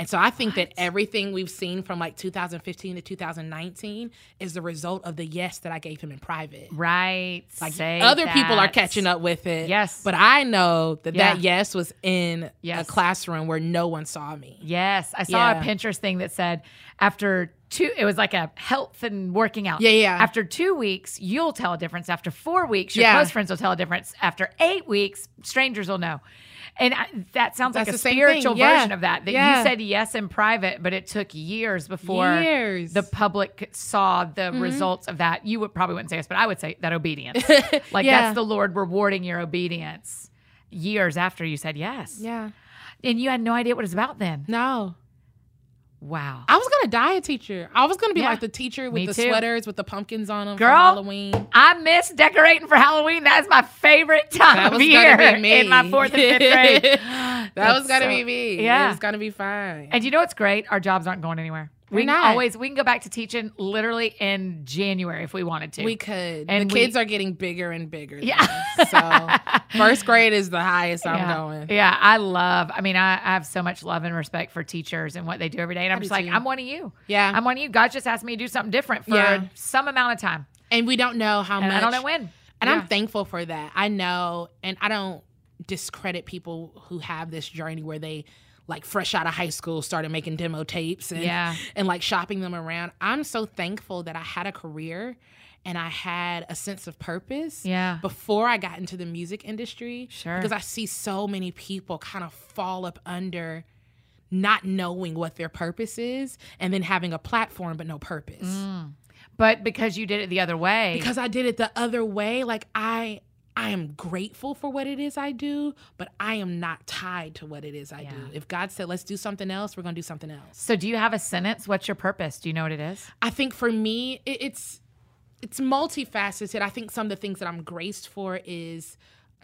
Speaker 2: And so I think that everything we've seen from like 2015 to 2019 is the result of the yes that I gave him in private.
Speaker 1: Right.
Speaker 2: Like
Speaker 1: Say
Speaker 2: other people are
Speaker 1: that.
Speaker 2: catching up with it.
Speaker 1: Yes.
Speaker 2: But I know that
Speaker 1: Yeah.
Speaker 2: that yes was in
Speaker 1: Yes.
Speaker 2: a classroom where no one saw me.
Speaker 1: Yes, I saw
Speaker 2: Yeah.
Speaker 1: a Pinterest thing that said after two, it was like a health and working out.
Speaker 2: Yeah, yeah.
Speaker 1: After two weeks, you'll tell a difference. After four weeks, your
Speaker 2: Yeah.
Speaker 1: close friends will tell a difference. After eight weeks, strangers will know. And I, that sounds like
Speaker 2: That's
Speaker 1: a
Speaker 2: the same thing.
Speaker 1: spiritual
Speaker 2: Yeah.
Speaker 1: version of that. That
Speaker 2: Yeah.
Speaker 1: you said yes in private, but it took years before
Speaker 2: Years. Mm-hmm.
Speaker 1: the public saw the results of that. You would probably wouldn't say this, but I would say that obedience. like
Speaker 2: Yeah.
Speaker 1: that's the Lord rewarding your obedience years after you said yes.
Speaker 2: Yeah.
Speaker 1: And you had no idea what it was about then.
Speaker 2: No.
Speaker 1: Wow.
Speaker 2: I was gonna die a teacher. I was gonna be
Speaker 1: Yeah.
Speaker 2: like the teacher with
Speaker 1: Me
Speaker 2: the
Speaker 1: too.
Speaker 2: sweaters with the pumpkins on them for
Speaker 1: Girl.
Speaker 2: Halloween.
Speaker 1: I miss decorating for Halloween. That is my favorite time
Speaker 2: That
Speaker 1: of
Speaker 2: was
Speaker 1: year
Speaker 2: gonna be me
Speaker 1: in my fourth and fifth grade.
Speaker 2: that
Speaker 1: That's
Speaker 2: was gonna
Speaker 1: so-
Speaker 2: be me.
Speaker 1: yeah.
Speaker 2: Yeah, it was gonna be fine.
Speaker 1: and you know what's great? Our jobs aren't going anywhere. We
Speaker 2: They're
Speaker 1: can
Speaker 2: not.
Speaker 1: always we can go back to teaching literally in January if we wanted to.
Speaker 2: we could.
Speaker 1: And
Speaker 2: the
Speaker 1: we-
Speaker 2: kids are getting bigger and bigger.
Speaker 1: Yeah.
Speaker 2: now. so first grade is the highest
Speaker 1: yeah.
Speaker 2: I'm going.
Speaker 1: Yeah, I love. I mean, I, I have so much love and respect for teachers and what they do every day. And I'm
Speaker 2: I do
Speaker 1: just like,
Speaker 2: too.
Speaker 1: I'm one of you.
Speaker 2: Yeah.
Speaker 1: I'm one of you. God just asked me to do something different for
Speaker 2: Yeah.
Speaker 1: some amount of time,
Speaker 2: and we don't know how
Speaker 1: and
Speaker 2: much.
Speaker 1: I don't know when.
Speaker 2: And
Speaker 1: Yeah.
Speaker 2: I'm thankful for that. I know, and I don't discredit people who have this journey where they like fresh out of high school started making demo tapes and
Speaker 1: Yeah.
Speaker 2: and like shopping them around. I'm so thankful that I had a career and I had a sense of purpose
Speaker 1: Yeah.
Speaker 2: before I got into the music industry.
Speaker 1: Sure.
Speaker 2: Because I see so many people kind of fall up under not knowing what their purpose is and then having a platform but no purpose
Speaker 1: Mm. But because you did it the other way,
Speaker 2: because I did it the other way. Like I I am grateful for what it is I do, but I am not tied to what it is I do.
Speaker 1: Yeah.
Speaker 2: If God said, "Let's do something else," we're going to do something else.
Speaker 1: So, do you have a sentence? What's your purpose? Do you know what it is?
Speaker 2: I think for me, it, it's it's multifaceted. I think some of the things that I'm graced for is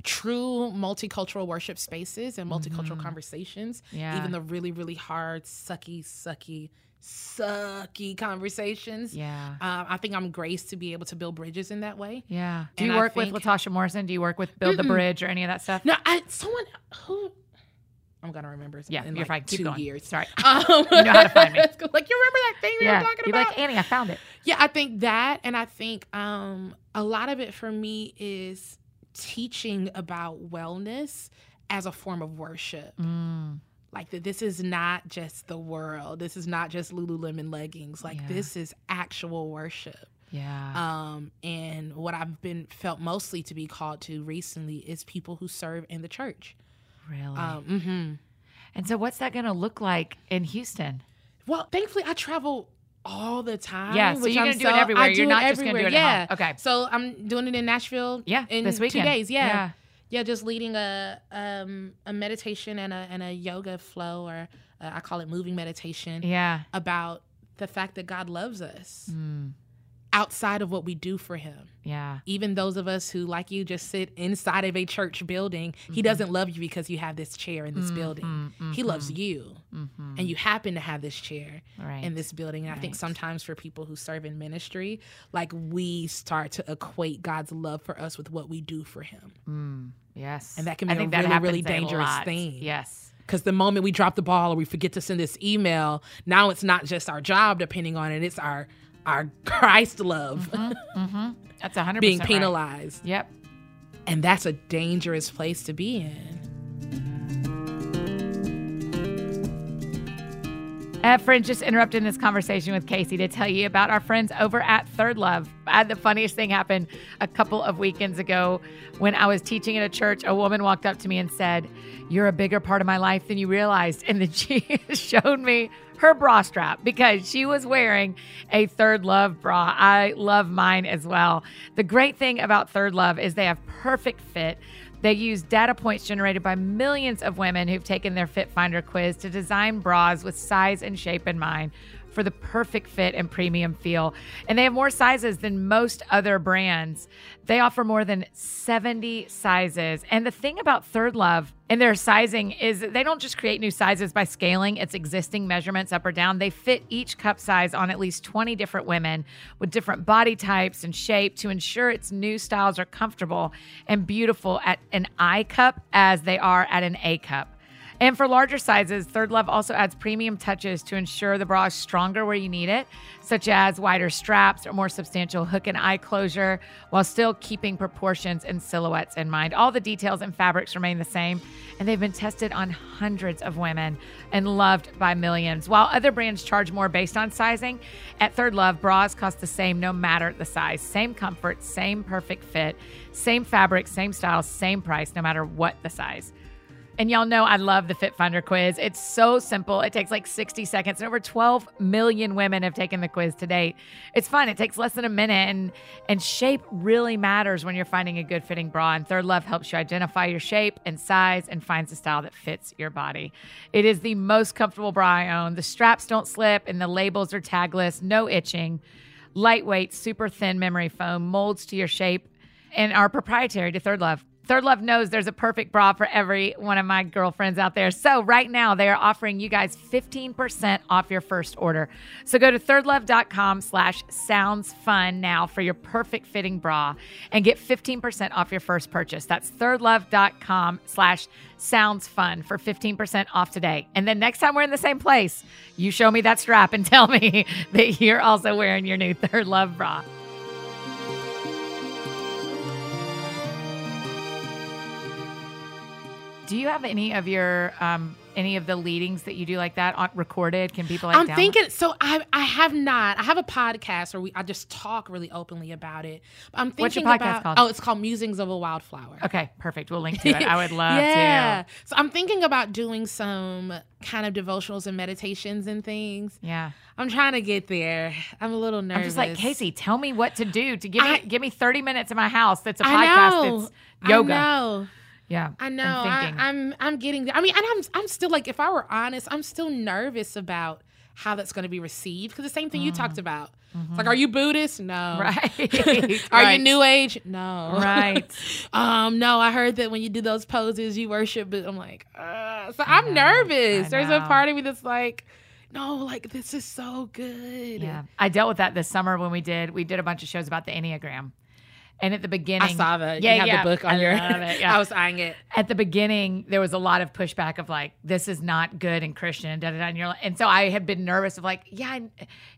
Speaker 2: true multicultural worship spaces and multicultural conversations.
Speaker 1: Mm-hmm. Yeah.
Speaker 2: Even the really really hard, sucky, sucky, sucky conversations.
Speaker 1: Yeah.
Speaker 2: Um, I think I'm graced to be able to build bridges in that way.
Speaker 1: Yeah. Do you
Speaker 2: And I
Speaker 1: work
Speaker 2: think-
Speaker 1: with Latasha Morrison? Do you work with Build the Bridge or any of that stuff?
Speaker 2: No, I someone who I'm gonna remember.
Speaker 1: Yeah,
Speaker 2: in
Speaker 1: you're
Speaker 2: like
Speaker 1: fine. Keep
Speaker 2: two
Speaker 1: going.
Speaker 2: years.
Speaker 1: Sorry.
Speaker 2: Um,
Speaker 1: know how to find me.
Speaker 2: like you remember that thing we
Speaker 1: yeah.
Speaker 2: were talking
Speaker 1: You're
Speaker 2: about?
Speaker 1: like Annie. I found it.
Speaker 2: yeah, I think that, and I think um, a lot of it for me is teaching about wellness as a form of worship.
Speaker 1: Mm,
Speaker 2: Like that, this is not just the world. This is not just Lululemon leggings. Like
Speaker 1: Yeah.
Speaker 2: this is actual worship.
Speaker 1: yeah.
Speaker 2: Um, and what I've been felt mostly to be called to recently is people who serve in the church.
Speaker 1: really.
Speaker 2: Um, mhm.
Speaker 1: and so, what's that going to look like in Houston?
Speaker 2: Well, thankfully, I travel all the time.
Speaker 1: Yeah, so
Speaker 2: which
Speaker 1: you're
Speaker 2: I'm
Speaker 1: gonna do it everywhere.
Speaker 2: I
Speaker 1: You're
Speaker 2: do
Speaker 1: not just gonna do
Speaker 2: everywhere,
Speaker 1: it at home.
Speaker 2: yeah.
Speaker 1: Okay.
Speaker 2: So I'm doing it in Nashville.
Speaker 1: Yeah,
Speaker 2: in
Speaker 1: this weekend.
Speaker 2: two days. Yeah.
Speaker 1: Yeah.
Speaker 2: yeah, just leading a um a meditation and a and a yoga flow, or uh, I call it moving meditation,
Speaker 1: Yeah.
Speaker 2: about the fact that God loves us
Speaker 1: Mm,
Speaker 2: outside of what we do for Him.
Speaker 1: yeah.
Speaker 2: Even those of us who, like you, just sit inside of a church building, He
Speaker 1: Mhm.
Speaker 2: doesn't love you because you have this chair in this building. He loves you,
Speaker 1: Mm. Mm-hmm.
Speaker 2: and you happen to have this chair
Speaker 1: right.
Speaker 2: in this building. And I think
Speaker 1: Right.
Speaker 2: sometimes for people who serve in ministry, like we start to equate God's love for us with what we do for Him.
Speaker 1: Mm, yes.
Speaker 2: And that can
Speaker 1: I
Speaker 2: be a
Speaker 1: think that
Speaker 2: really, really
Speaker 1: happens a
Speaker 2: dangerous
Speaker 1: lot.
Speaker 2: thing.
Speaker 1: Yes.
Speaker 2: Because the moment we drop the ball or we forget to send this email, now it's not just our job depending on it, it's our our Christ love
Speaker 1: Mm-hmm. That's 100%
Speaker 2: being
Speaker 1: right.
Speaker 2: penalized.
Speaker 1: Yep.
Speaker 2: And that's a dangerous place to be in.
Speaker 1: Uh, friends, just interrupted this conversation with Casey to tell you about our friends over at Third Love. I had the funniest thing happened a couple of weekends ago when I was teaching at a church. A woman walked up to me and said, "You're a bigger part of my life than you realized," and then she showed me her bra strap because she was wearing a Third Love bra. I love mine as well. The great thing about Third Love is they have perfect fit. They use data points generated by millions of women who've taken their Fit Finder quiz to design bras with size and shape in mind for the perfect fit and premium feel. And they have more sizes than most other brands. They offer more than 70 sizes. And the thing about Third Love and their sizing is that they don't just create new sizes by scaling its existing measurements up or down. They fit each cup size on at least 20 different women with different body types and shape to ensure its new styles are comfortable and beautiful at an I cup as they are at an A cup. And for larger sizes, Third Love also adds premium touches to ensure the bra is stronger where you need it, such as wider straps or more substantial hook and eye closure, while still keeping proportions and silhouettes in mind. All the details and fabrics remain the same, and they've been tested on hundreds of women and loved by millions. While other brands charge more based on sizing, at Third Love, bras cost the same no matter the size. Same comfort, same perfect fit, same fabric, same style, same price, no matter what the size. And y'all know I love the Fit Finder quiz. It's so simple. It takes like 60 seconds, and over 12 million women have taken the quiz to date. It's fun. It takes less than a minute, and and shape really matters when you're finding a good fitting bra. And Third Love helps you identify your shape and size, and finds the style that fits your body. It is the most comfortable bra I own. The straps don't slip, and the labels are tagless. No itching. Lightweight, super thin memory foam molds to your shape and are proprietary to Third Love. Third Love knows there's a perfect bra for every one of my girlfriends out there. So right now they are offering you guys 15% off your first order. So go to thirdlove.com slash sounds fun now for your perfect fitting bra and get 15% off your first purchase. That's thirdlove.com slash sounds fun for 15% off today. And then next time we're in the same place, you show me that strap and tell me that you're also wearing your new Third Love bra. Do you have any of your um, any of the leadings that you do like that on, recorded? Can people like
Speaker 2: I'm
Speaker 1: download-
Speaker 2: thinking. So I I have not. I have a podcast where we I just talk really openly about it. But I'm thinking
Speaker 1: What's your podcast
Speaker 2: about,
Speaker 1: called?
Speaker 2: Oh, it's called Musings of a Wildflower.
Speaker 1: Okay, perfect. We'll link to it. I would love
Speaker 2: yeah.
Speaker 1: to.
Speaker 2: So I'm thinking about doing some kind of devotionals and meditations and things.
Speaker 1: Yeah,
Speaker 2: I'm trying to get there. I'm a little nervous.
Speaker 1: I'm just like Casey. Tell me what to do to give me
Speaker 2: I-
Speaker 1: give me 30 minutes in my house. That's a
Speaker 2: I
Speaker 1: podcast.
Speaker 2: know.
Speaker 1: That's yoga.
Speaker 2: I know.
Speaker 1: Yeah,
Speaker 2: I
Speaker 1: I'm
Speaker 2: know. I,
Speaker 1: thinking.
Speaker 2: I'm I'm getting there. I mean, and I'm I'm still like, if I were honest, I'm still nervous about how that's going to be received because the same thing you talked about. It's like, are you Buddhist? No.
Speaker 1: Mm. Mm-hmm. Right.
Speaker 2: are
Speaker 1: Right.
Speaker 2: you New Age? No.
Speaker 1: Right.
Speaker 2: um. No, I heard that when you do those poses, you worship. But I'm like, uh, so I'm
Speaker 1: know.
Speaker 2: nervous.
Speaker 1: I
Speaker 2: There's a
Speaker 1: know.
Speaker 2: part of me that's like, no, like this is so good.
Speaker 1: Yeah, I dealt with that this summer when we did we did a bunch of shows about the Enneagram, and at the beginning,
Speaker 2: I saw that.
Speaker 1: Yeah,
Speaker 2: you have
Speaker 1: yeah.
Speaker 2: the book on
Speaker 1: I
Speaker 2: your.
Speaker 1: love it, yeah.
Speaker 2: I was eyeing it.
Speaker 1: at the beginning there was a lot of pushback of like this is not good and christian and da da da and, you're like, and so i had been nervous of like yeah I-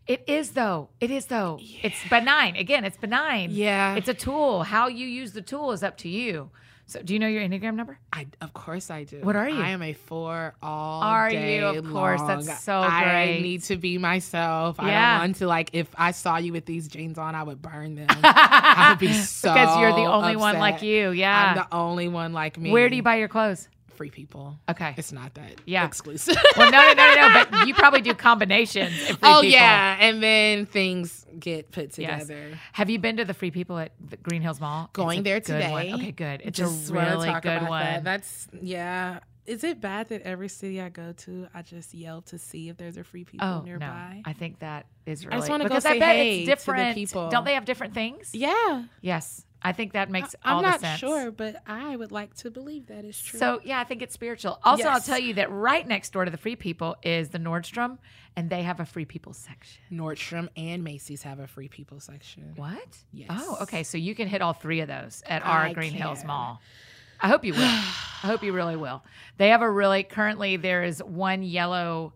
Speaker 1: it is though it is though it's benign again it's benign
Speaker 2: Yeah.
Speaker 1: it's a tool how you use the tool is up to you so do you know your enneagram number
Speaker 2: I of course I do.
Speaker 1: What are you?
Speaker 2: I am a four all
Speaker 1: Are you?
Speaker 2: day
Speaker 1: Of course, that's
Speaker 2: long.
Speaker 1: so
Speaker 2: I
Speaker 1: great.
Speaker 2: need to be myself. I
Speaker 1: Yeah.
Speaker 2: don't want to like if I saw you with these jeans on, I would burn them. I would be so
Speaker 1: because you're the only one like
Speaker 2: upset.
Speaker 1: you
Speaker 2: I'm
Speaker 1: yeah
Speaker 2: the only one like me.
Speaker 1: where do you buy your clothes
Speaker 2: free people.
Speaker 1: Okay.
Speaker 2: It's not that
Speaker 1: Yeah.
Speaker 2: exclusive.
Speaker 1: Well, no, no, no, no, no. But you probably do combinations. At free
Speaker 2: oh
Speaker 1: people.
Speaker 2: yeah, and then things get put
Speaker 1: Yes.
Speaker 2: together.
Speaker 1: Have you been to the Free People at the Green Hills Mall? It's
Speaker 2: Going
Speaker 1: a
Speaker 2: there
Speaker 1: good one.
Speaker 2: today.
Speaker 1: Okay, good. It's
Speaker 2: Just
Speaker 1: a
Speaker 2: wanna
Speaker 1: really
Speaker 2: talk
Speaker 1: good
Speaker 2: about
Speaker 1: one.
Speaker 2: That. That's
Speaker 3: Yeah. Is it bad that every city I go to, I just yell to see if there's a free people
Speaker 1: oh
Speaker 3: nearby?
Speaker 1: no, I think that is really.
Speaker 2: just wanna go
Speaker 1: because I
Speaker 2: say
Speaker 1: bet
Speaker 2: hey
Speaker 1: it's
Speaker 2: to the
Speaker 1: different.
Speaker 2: people.
Speaker 1: Don't they have different things?
Speaker 3: Yeah.
Speaker 1: Yes, I think that makes
Speaker 3: I- I'm
Speaker 1: all
Speaker 3: not
Speaker 1: the sense.
Speaker 3: sure, but I would like to believe that is true.
Speaker 1: So yeah, I think it's spiritual. Also, I'll
Speaker 3: Yes.
Speaker 1: tell you that right next door to the Free People is the Nordstrom, and they have a Free People section.
Speaker 2: Nordstrom and Macy's have a free people section.
Speaker 1: What?
Speaker 2: Yes.
Speaker 1: Oh, okay. So you can hit all three of those at our
Speaker 2: I
Speaker 1: Green Hills
Speaker 2: can.
Speaker 1: Mall. I hope you will. I hope you really will. They have a really currently there is one yellow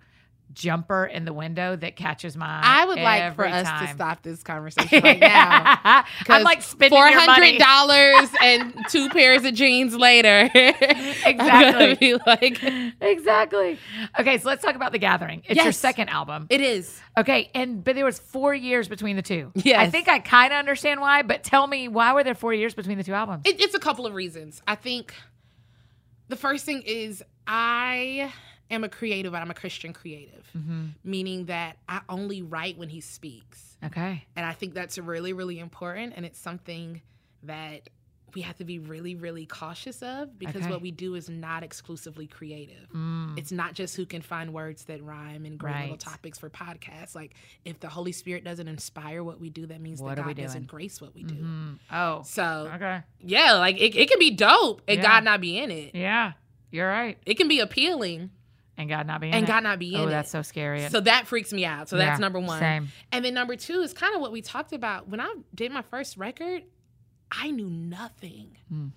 Speaker 1: jumper in the window that catches my eye.
Speaker 2: I would like for
Speaker 1: every
Speaker 2: us to
Speaker 1: time.
Speaker 2: stop this conversation right now.
Speaker 1: I'm like spending
Speaker 2: four
Speaker 1: your money.
Speaker 2: hundred dollars and two pairs of jeans later. I'm gonna
Speaker 1: Exactly.
Speaker 2: be like
Speaker 1: exactly. Okay, so let's talk about the Gathering. It's your
Speaker 2: Yes.
Speaker 1: second album.
Speaker 2: it is.
Speaker 1: Okay, and but there was four years between the two. I
Speaker 2: Yes.
Speaker 1: think I kind of understand why, but tell me why were there four years between the two albums?
Speaker 2: It, it's a couple of reasons. I think the first thing is I am a creative, but I'm a Christian creative,
Speaker 1: hmm
Speaker 2: meaning that I only write when he speaks.
Speaker 1: Okay.
Speaker 2: And I think that's really, really important. And it's something that we have to be really, really cautious of because
Speaker 1: Okay.
Speaker 2: what we do is not exclusively creative.
Speaker 1: Mm.
Speaker 2: It's not just who can find words that rhyme and great little
Speaker 1: Right.
Speaker 2: topics for podcasts. Like, if the Holy Spirit doesn't inspire what we do, that means
Speaker 1: What
Speaker 2: that
Speaker 1: are we
Speaker 2: God doesn't
Speaker 1: doing?
Speaker 2: grace what we do.
Speaker 1: Mhm. Oh.
Speaker 2: So,
Speaker 1: Okay.
Speaker 2: yeah, like it, it can be dope and
Speaker 1: Yeah.
Speaker 2: God not be in it.
Speaker 1: Yeah, you're right.
Speaker 2: It can be appealing
Speaker 1: And God not being
Speaker 2: and
Speaker 1: it.
Speaker 2: God not be in
Speaker 1: Oh,
Speaker 2: it.
Speaker 1: that's so scary.
Speaker 2: so that freaks me out. So that's
Speaker 1: Yeah,
Speaker 2: number one.
Speaker 1: Same.
Speaker 2: And then number two is kind of what we talked about. When I did my first record, I knew nothing.
Speaker 1: Hmm.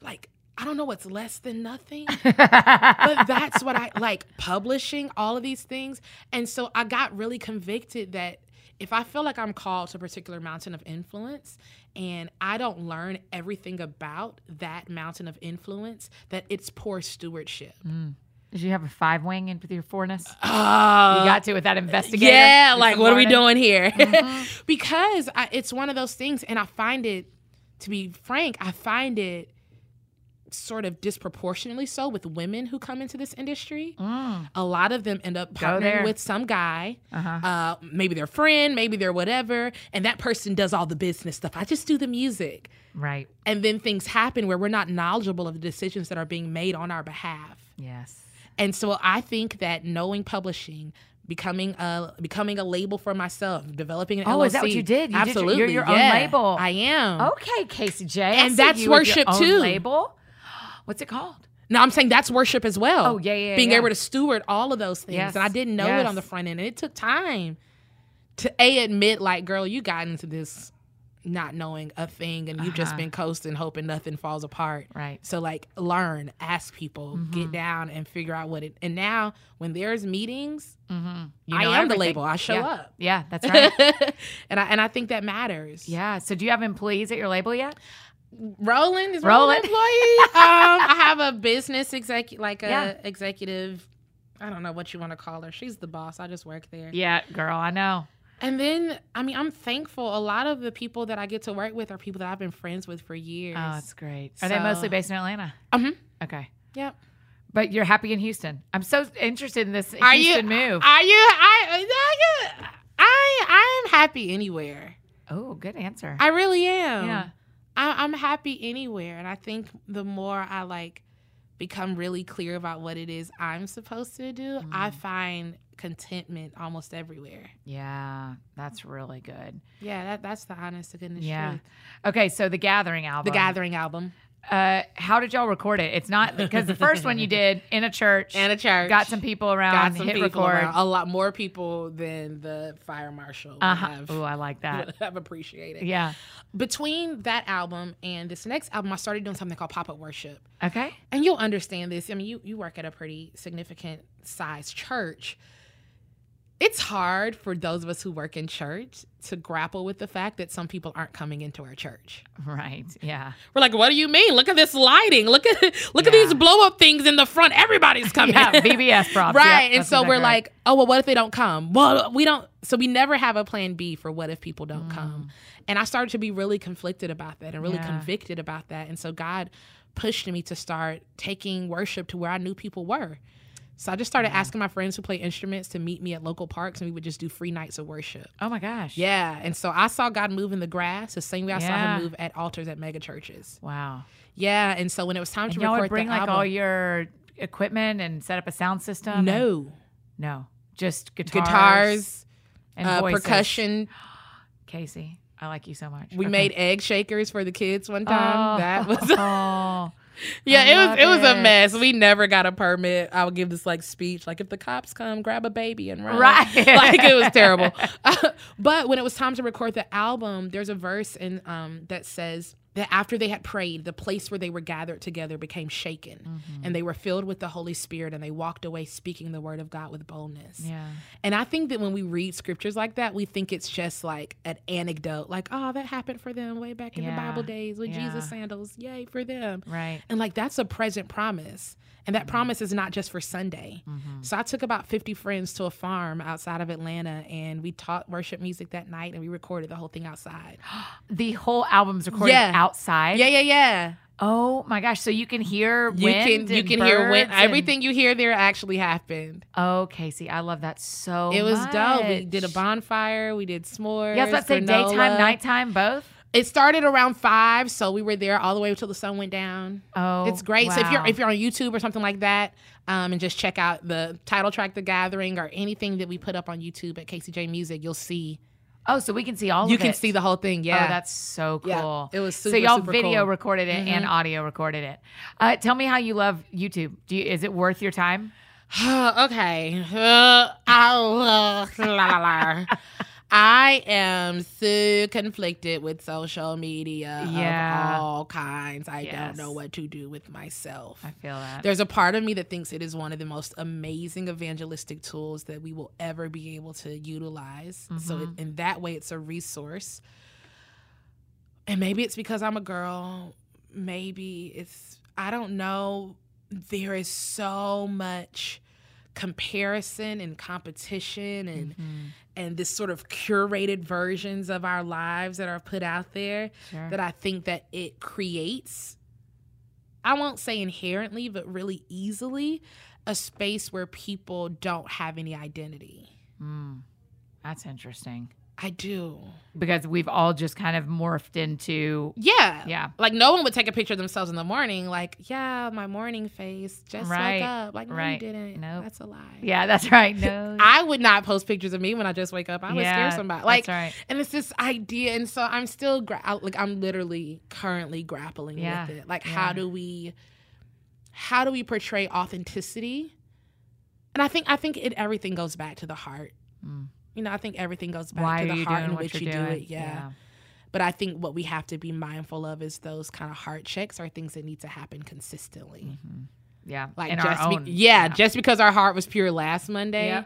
Speaker 2: Like, I don't know what's less than nothing, but
Speaker 1: but
Speaker 2: that's what I like publishing, all of these things. And so I got really convicted that if I feel like I'm called to a particular mountain of influence and I don't learn everything about that mountain of influence, that it's poor stewardship.
Speaker 1: Mm. Did you have a five wing in with your fourness?
Speaker 2: Oh,
Speaker 1: you got to with that investigator.
Speaker 2: Yeah,
Speaker 1: this
Speaker 2: like what are we
Speaker 1: morning?
Speaker 2: doing here?
Speaker 1: Mhm.
Speaker 2: because I, it's one of those things, and I find it, to be frank, I find it sort of disproportionately so with women who come into this industry.
Speaker 1: Mm.
Speaker 2: A lot of them end up
Speaker 1: Go
Speaker 2: partnering
Speaker 1: there.
Speaker 2: with some guy,
Speaker 1: Uh-huh.
Speaker 2: uh, maybe their friend, maybe their whatever, and that person does all the business stuff. I just do the music.
Speaker 1: Right.
Speaker 2: And then things happen where we're not knowledgeable of the decisions that are being made on our behalf.
Speaker 1: Yes.
Speaker 2: And so I think that knowing publishing, becoming a becoming a label for myself, developing an
Speaker 1: Oh,
Speaker 2: LLC.
Speaker 1: is that what you did? You did your-
Speaker 2: absolutely,
Speaker 1: you're your own
Speaker 2: yeah,
Speaker 1: label. Oh,
Speaker 2: I am.
Speaker 1: Okay, Casey J. I
Speaker 2: And
Speaker 1: see
Speaker 2: that's
Speaker 1: you with your
Speaker 2: worship,
Speaker 1: own
Speaker 2: too.
Speaker 1: Label. What's it called?
Speaker 2: No, I'm saying that's worship as well.
Speaker 1: Oh, yeah, yeah,
Speaker 2: Being
Speaker 1: yeah.
Speaker 2: able to steward all of those things,
Speaker 1: Yes,
Speaker 2: and I didn't know it
Speaker 1: yes.
Speaker 2: on the front end, and it took time to a admit, like, girl, you got into this not knowing a thing, and you've just
Speaker 1: Uh-huh.
Speaker 2: been coasting, hoping nothing falls apart.
Speaker 1: Right.
Speaker 2: So like learn, ask people, get
Speaker 1: Mhm.
Speaker 2: down and figure out what it and now when there's meetings,
Speaker 1: Mm-hmm.
Speaker 2: I am the label. I show up.
Speaker 1: Yeah, that's right.
Speaker 2: and I and I think that matters.
Speaker 1: yeah. So do you have employees at your label yet?
Speaker 2: Roland is
Speaker 1: Roland.
Speaker 2: Roland an employee. um, I have a business executive, like a
Speaker 1: Yeah.
Speaker 2: executive. I don't know what you want to call her. She's the boss. I just work there.
Speaker 1: Yeah, girl, I know.
Speaker 2: And then, I mean, I'm thankful. A lot of the people that I get to work with are people that I've been friends with for years.
Speaker 1: Oh, it's great. Mm-hmm. Are they mostly
Speaker 2: So-
Speaker 1: based in Atlanta?
Speaker 2: Mhm.
Speaker 1: Okay.
Speaker 2: Yep.
Speaker 1: But you're happy in Houston. I'm so interested in this
Speaker 2: Are you-
Speaker 1: Houston move.
Speaker 2: Are you? I, I, I, I am happy anywhere.
Speaker 1: oh, good answer.
Speaker 2: I really am.
Speaker 1: yeah.
Speaker 2: I, I'm happy anywhere, and I think the more I like become really clear about what it is I'm supposed to do, I
Speaker 1: Mm.
Speaker 2: find contentment almost everywhere.
Speaker 1: Yeah. That's really good.
Speaker 2: Yeah, that, that's the honest to goodness
Speaker 1: Yeah.
Speaker 2: truth.
Speaker 1: Okay. So the Gathering album.
Speaker 2: The Gathering album
Speaker 1: Uh, how did y'all record it? It's not because the first one you did in a church.
Speaker 2: and a church
Speaker 1: Got some people around,
Speaker 2: got some
Speaker 1: hit
Speaker 2: people
Speaker 1: record.
Speaker 2: around. a lot more people than the fire marshal would
Speaker 1: Uh-huh.
Speaker 2: have.
Speaker 1: Oh, I like that.
Speaker 2: would have appreciated.
Speaker 1: yeah.
Speaker 2: Between that album and this next album, I started doing something called pop up worship.
Speaker 1: Okay.
Speaker 2: and you'll understand this. I mean, you you work at a pretty significant sized church. It's hard for those of us who work in church to grapple with the fact that some people aren't coming into our church.
Speaker 1: Right. Yeah.
Speaker 2: We're like, what do you mean? Look at this lighting. Look at look at
Speaker 1: Yeah.
Speaker 2: these blow up things in the front. Everybody's coming.
Speaker 1: Yeah. VBS props. Yeah,
Speaker 2: right. and
Speaker 1: that's
Speaker 2: so
Speaker 1: exactly
Speaker 2: we're
Speaker 1: right.
Speaker 2: like, oh well, what if they don't come? Well, we don't. So we never have a plan B for what if people don't come. And I started to be really conflicted about that and really
Speaker 1: Mm. Yeah.
Speaker 2: convicted about that. And so God pushed me to start taking worship to where I knew people were. So I just started asking my friends who play instruments to meet me at local parks, and we would just do free nights of worship.
Speaker 1: Oh my gosh.
Speaker 2: Yeah, and so I saw God move in the grass the same way I saw
Speaker 1: Yeah.
Speaker 2: Him move at altars at mega churches.
Speaker 1: Wow.
Speaker 2: Yeah, and so when it was time
Speaker 1: And
Speaker 2: to
Speaker 1: y'all
Speaker 2: record
Speaker 1: would bring
Speaker 2: the
Speaker 1: like
Speaker 2: album,
Speaker 1: all your equipment and set up a sound system? and-
Speaker 2: no
Speaker 1: no. Just guitars.
Speaker 2: guitars,
Speaker 1: and
Speaker 2: uh,
Speaker 1: voices.
Speaker 2: percussion.
Speaker 1: Casey, I like you so much.
Speaker 2: We
Speaker 1: Okay.
Speaker 2: made egg shakers for the kids one time.
Speaker 1: Oh.
Speaker 2: That was
Speaker 1: oh.
Speaker 2: yeah,
Speaker 1: I
Speaker 2: it
Speaker 1: love
Speaker 2: was it was a
Speaker 1: it.
Speaker 2: mess. We never got a permit. I would give this like speech, like if the cops come, grab a baby and run.
Speaker 1: Right.
Speaker 2: like it was terrible. but when it was time to record the album, there's a verse in um that says that after they had prayed, the place where they were gathered together became shaken,
Speaker 1: Mm-hmm. Mm.
Speaker 2: and they were filled with the Holy Spirit, and they walked away speaking the word of God with boldness.
Speaker 1: Yeah.
Speaker 2: And I think that when we read scriptures like that, we think it's just like an anecdote, like, oh, that happened for them way back in the
Speaker 1: Yeah.
Speaker 2: Bible days with
Speaker 1: Yeah.
Speaker 2: Jesus sandals. Yay for them.
Speaker 1: Right.
Speaker 2: And like, that's a present promise. And
Speaker 1: Mm-hmm.
Speaker 2: that promise is not just for Sunday. So I took about 50 friends to a farm outside of Atlanta and we taught worship music that night and we recorded the whole thing outside.
Speaker 1: The whole album's recorded
Speaker 2: Yeah.
Speaker 1: outside.
Speaker 2: yeah, yeah, yeah.
Speaker 1: Oh my gosh. So you can hear
Speaker 2: You
Speaker 1: wind.
Speaker 2: can you
Speaker 1: and
Speaker 2: can hear wind.
Speaker 1: birds and-
Speaker 2: Everything you hear there actually happened.
Speaker 1: Oh, Casey, I love that so
Speaker 2: it was dope. We
Speaker 1: Oh, much.
Speaker 2: did a bonfire, we did s'mores.
Speaker 1: Yeah, I was about to say
Speaker 2: granola.
Speaker 1: daytime, nighttime, both.
Speaker 2: It started around five, so we were there all the way until the sun went down.
Speaker 1: Oh,
Speaker 2: it's great. So if you're
Speaker 1: wow.
Speaker 2: if you're on YouTube or something like that, um, and just check out the title track, The Gathering, or anything that we put up on YouTube at KCJ Music, you'll see
Speaker 1: oh, so we can see all
Speaker 2: you
Speaker 1: of
Speaker 2: can
Speaker 1: it.
Speaker 2: see the whole thing. Yeah,
Speaker 1: Oh, that's so cool.
Speaker 2: Yeah, it was
Speaker 1: so
Speaker 2: super,
Speaker 1: y'all
Speaker 2: super
Speaker 1: video
Speaker 2: cool. Mm-hmm.
Speaker 1: recorded it and audio recorded it. Uh, tell me how you love YouTube. Do you, is it worth your time?
Speaker 2: okay. Uh, I, love- la, la, la. I am so conflicted with social media
Speaker 1: Yeah.
Speaker 2: of all kinds. I
Speaker 1: Yes.
Speaker 2: don't know what to do with myself.
Speaker 1: I feel that.
Speaker 2: There's a part of me that thinks it is one of the most amazing evangelistic tools that we will ever be able to utilize. So, it, in that way, it's a resource. And maybe it's because I'm a girl. Maybe it's, I don't know. There is so much comparison and competition and
Speaker 1: Mhm.
Speaker 2: and this sort of curated versions of our lives that are put out there
Speaker 1: Sure.
Speaker 2: that I think that it creates I won't say inherently but really easily a space where people don't have any identity.
Speaker 1: Mm. That's interesting
Speaker 2: I do.
Speaker 1: because we've all just kind of morphed into
Speaker 2: Yeah.
Speaker 1: yeah.
Speaker 2: Like no one would take a picture of themselves in the morning like, yeah, my morning face just
Speaker 1: Right.
Speaker 2: woke up. Like no
Speaker 1: Right.
Speaker 2: you didn't.
Speaker 1: Nope.
Speaker 2: That's a lie.
Speaker 1: Yeah, that's right. No,
Speaker 2: I would not post pictures of me when I just wake up. I would
Speaker 1: Yeah,
Speaker 2: scare somebody. Like
Speaker 1: that's right.
Speaker 2: and it's this idea and so i'm still gra- I- like i'm literally currently grappling
Speaker 1: Yeah,
Speaker 2: with it like
Speaker 1: yeah.
Speaker 2: how do we how do we portray authenticity and i think i think it everything goes back to the heart
Speaker 1: Mm.
Speaker 2: you know i think everything goes back
Speaker 1: Why
Speaker 2: to
Speaker 1: are
Speaker 2: the
Speaker 1: you
Speaker 2: heart
Speaker 1: doing
Speaker 2: in
Speaker 1: what
Speaker 2: which
Speaker 1: you're
Speaker 2: you
Speaker 1: doing?
Speaker 2: do it yeah. but i think what we have to be mindful of is those kind of heart checks are things that need to happen consistently
Speaker 1: Mhm. yeah.
Speaker 2: Mm-hmm. like
Speaker 1: in
Speaker 2: just
Speaker 1: our
Speaker 2: be-
Speaker 1: own.
Speaker 2: yeah, just because our heart was pure last monday
Speaker 1: Yeah.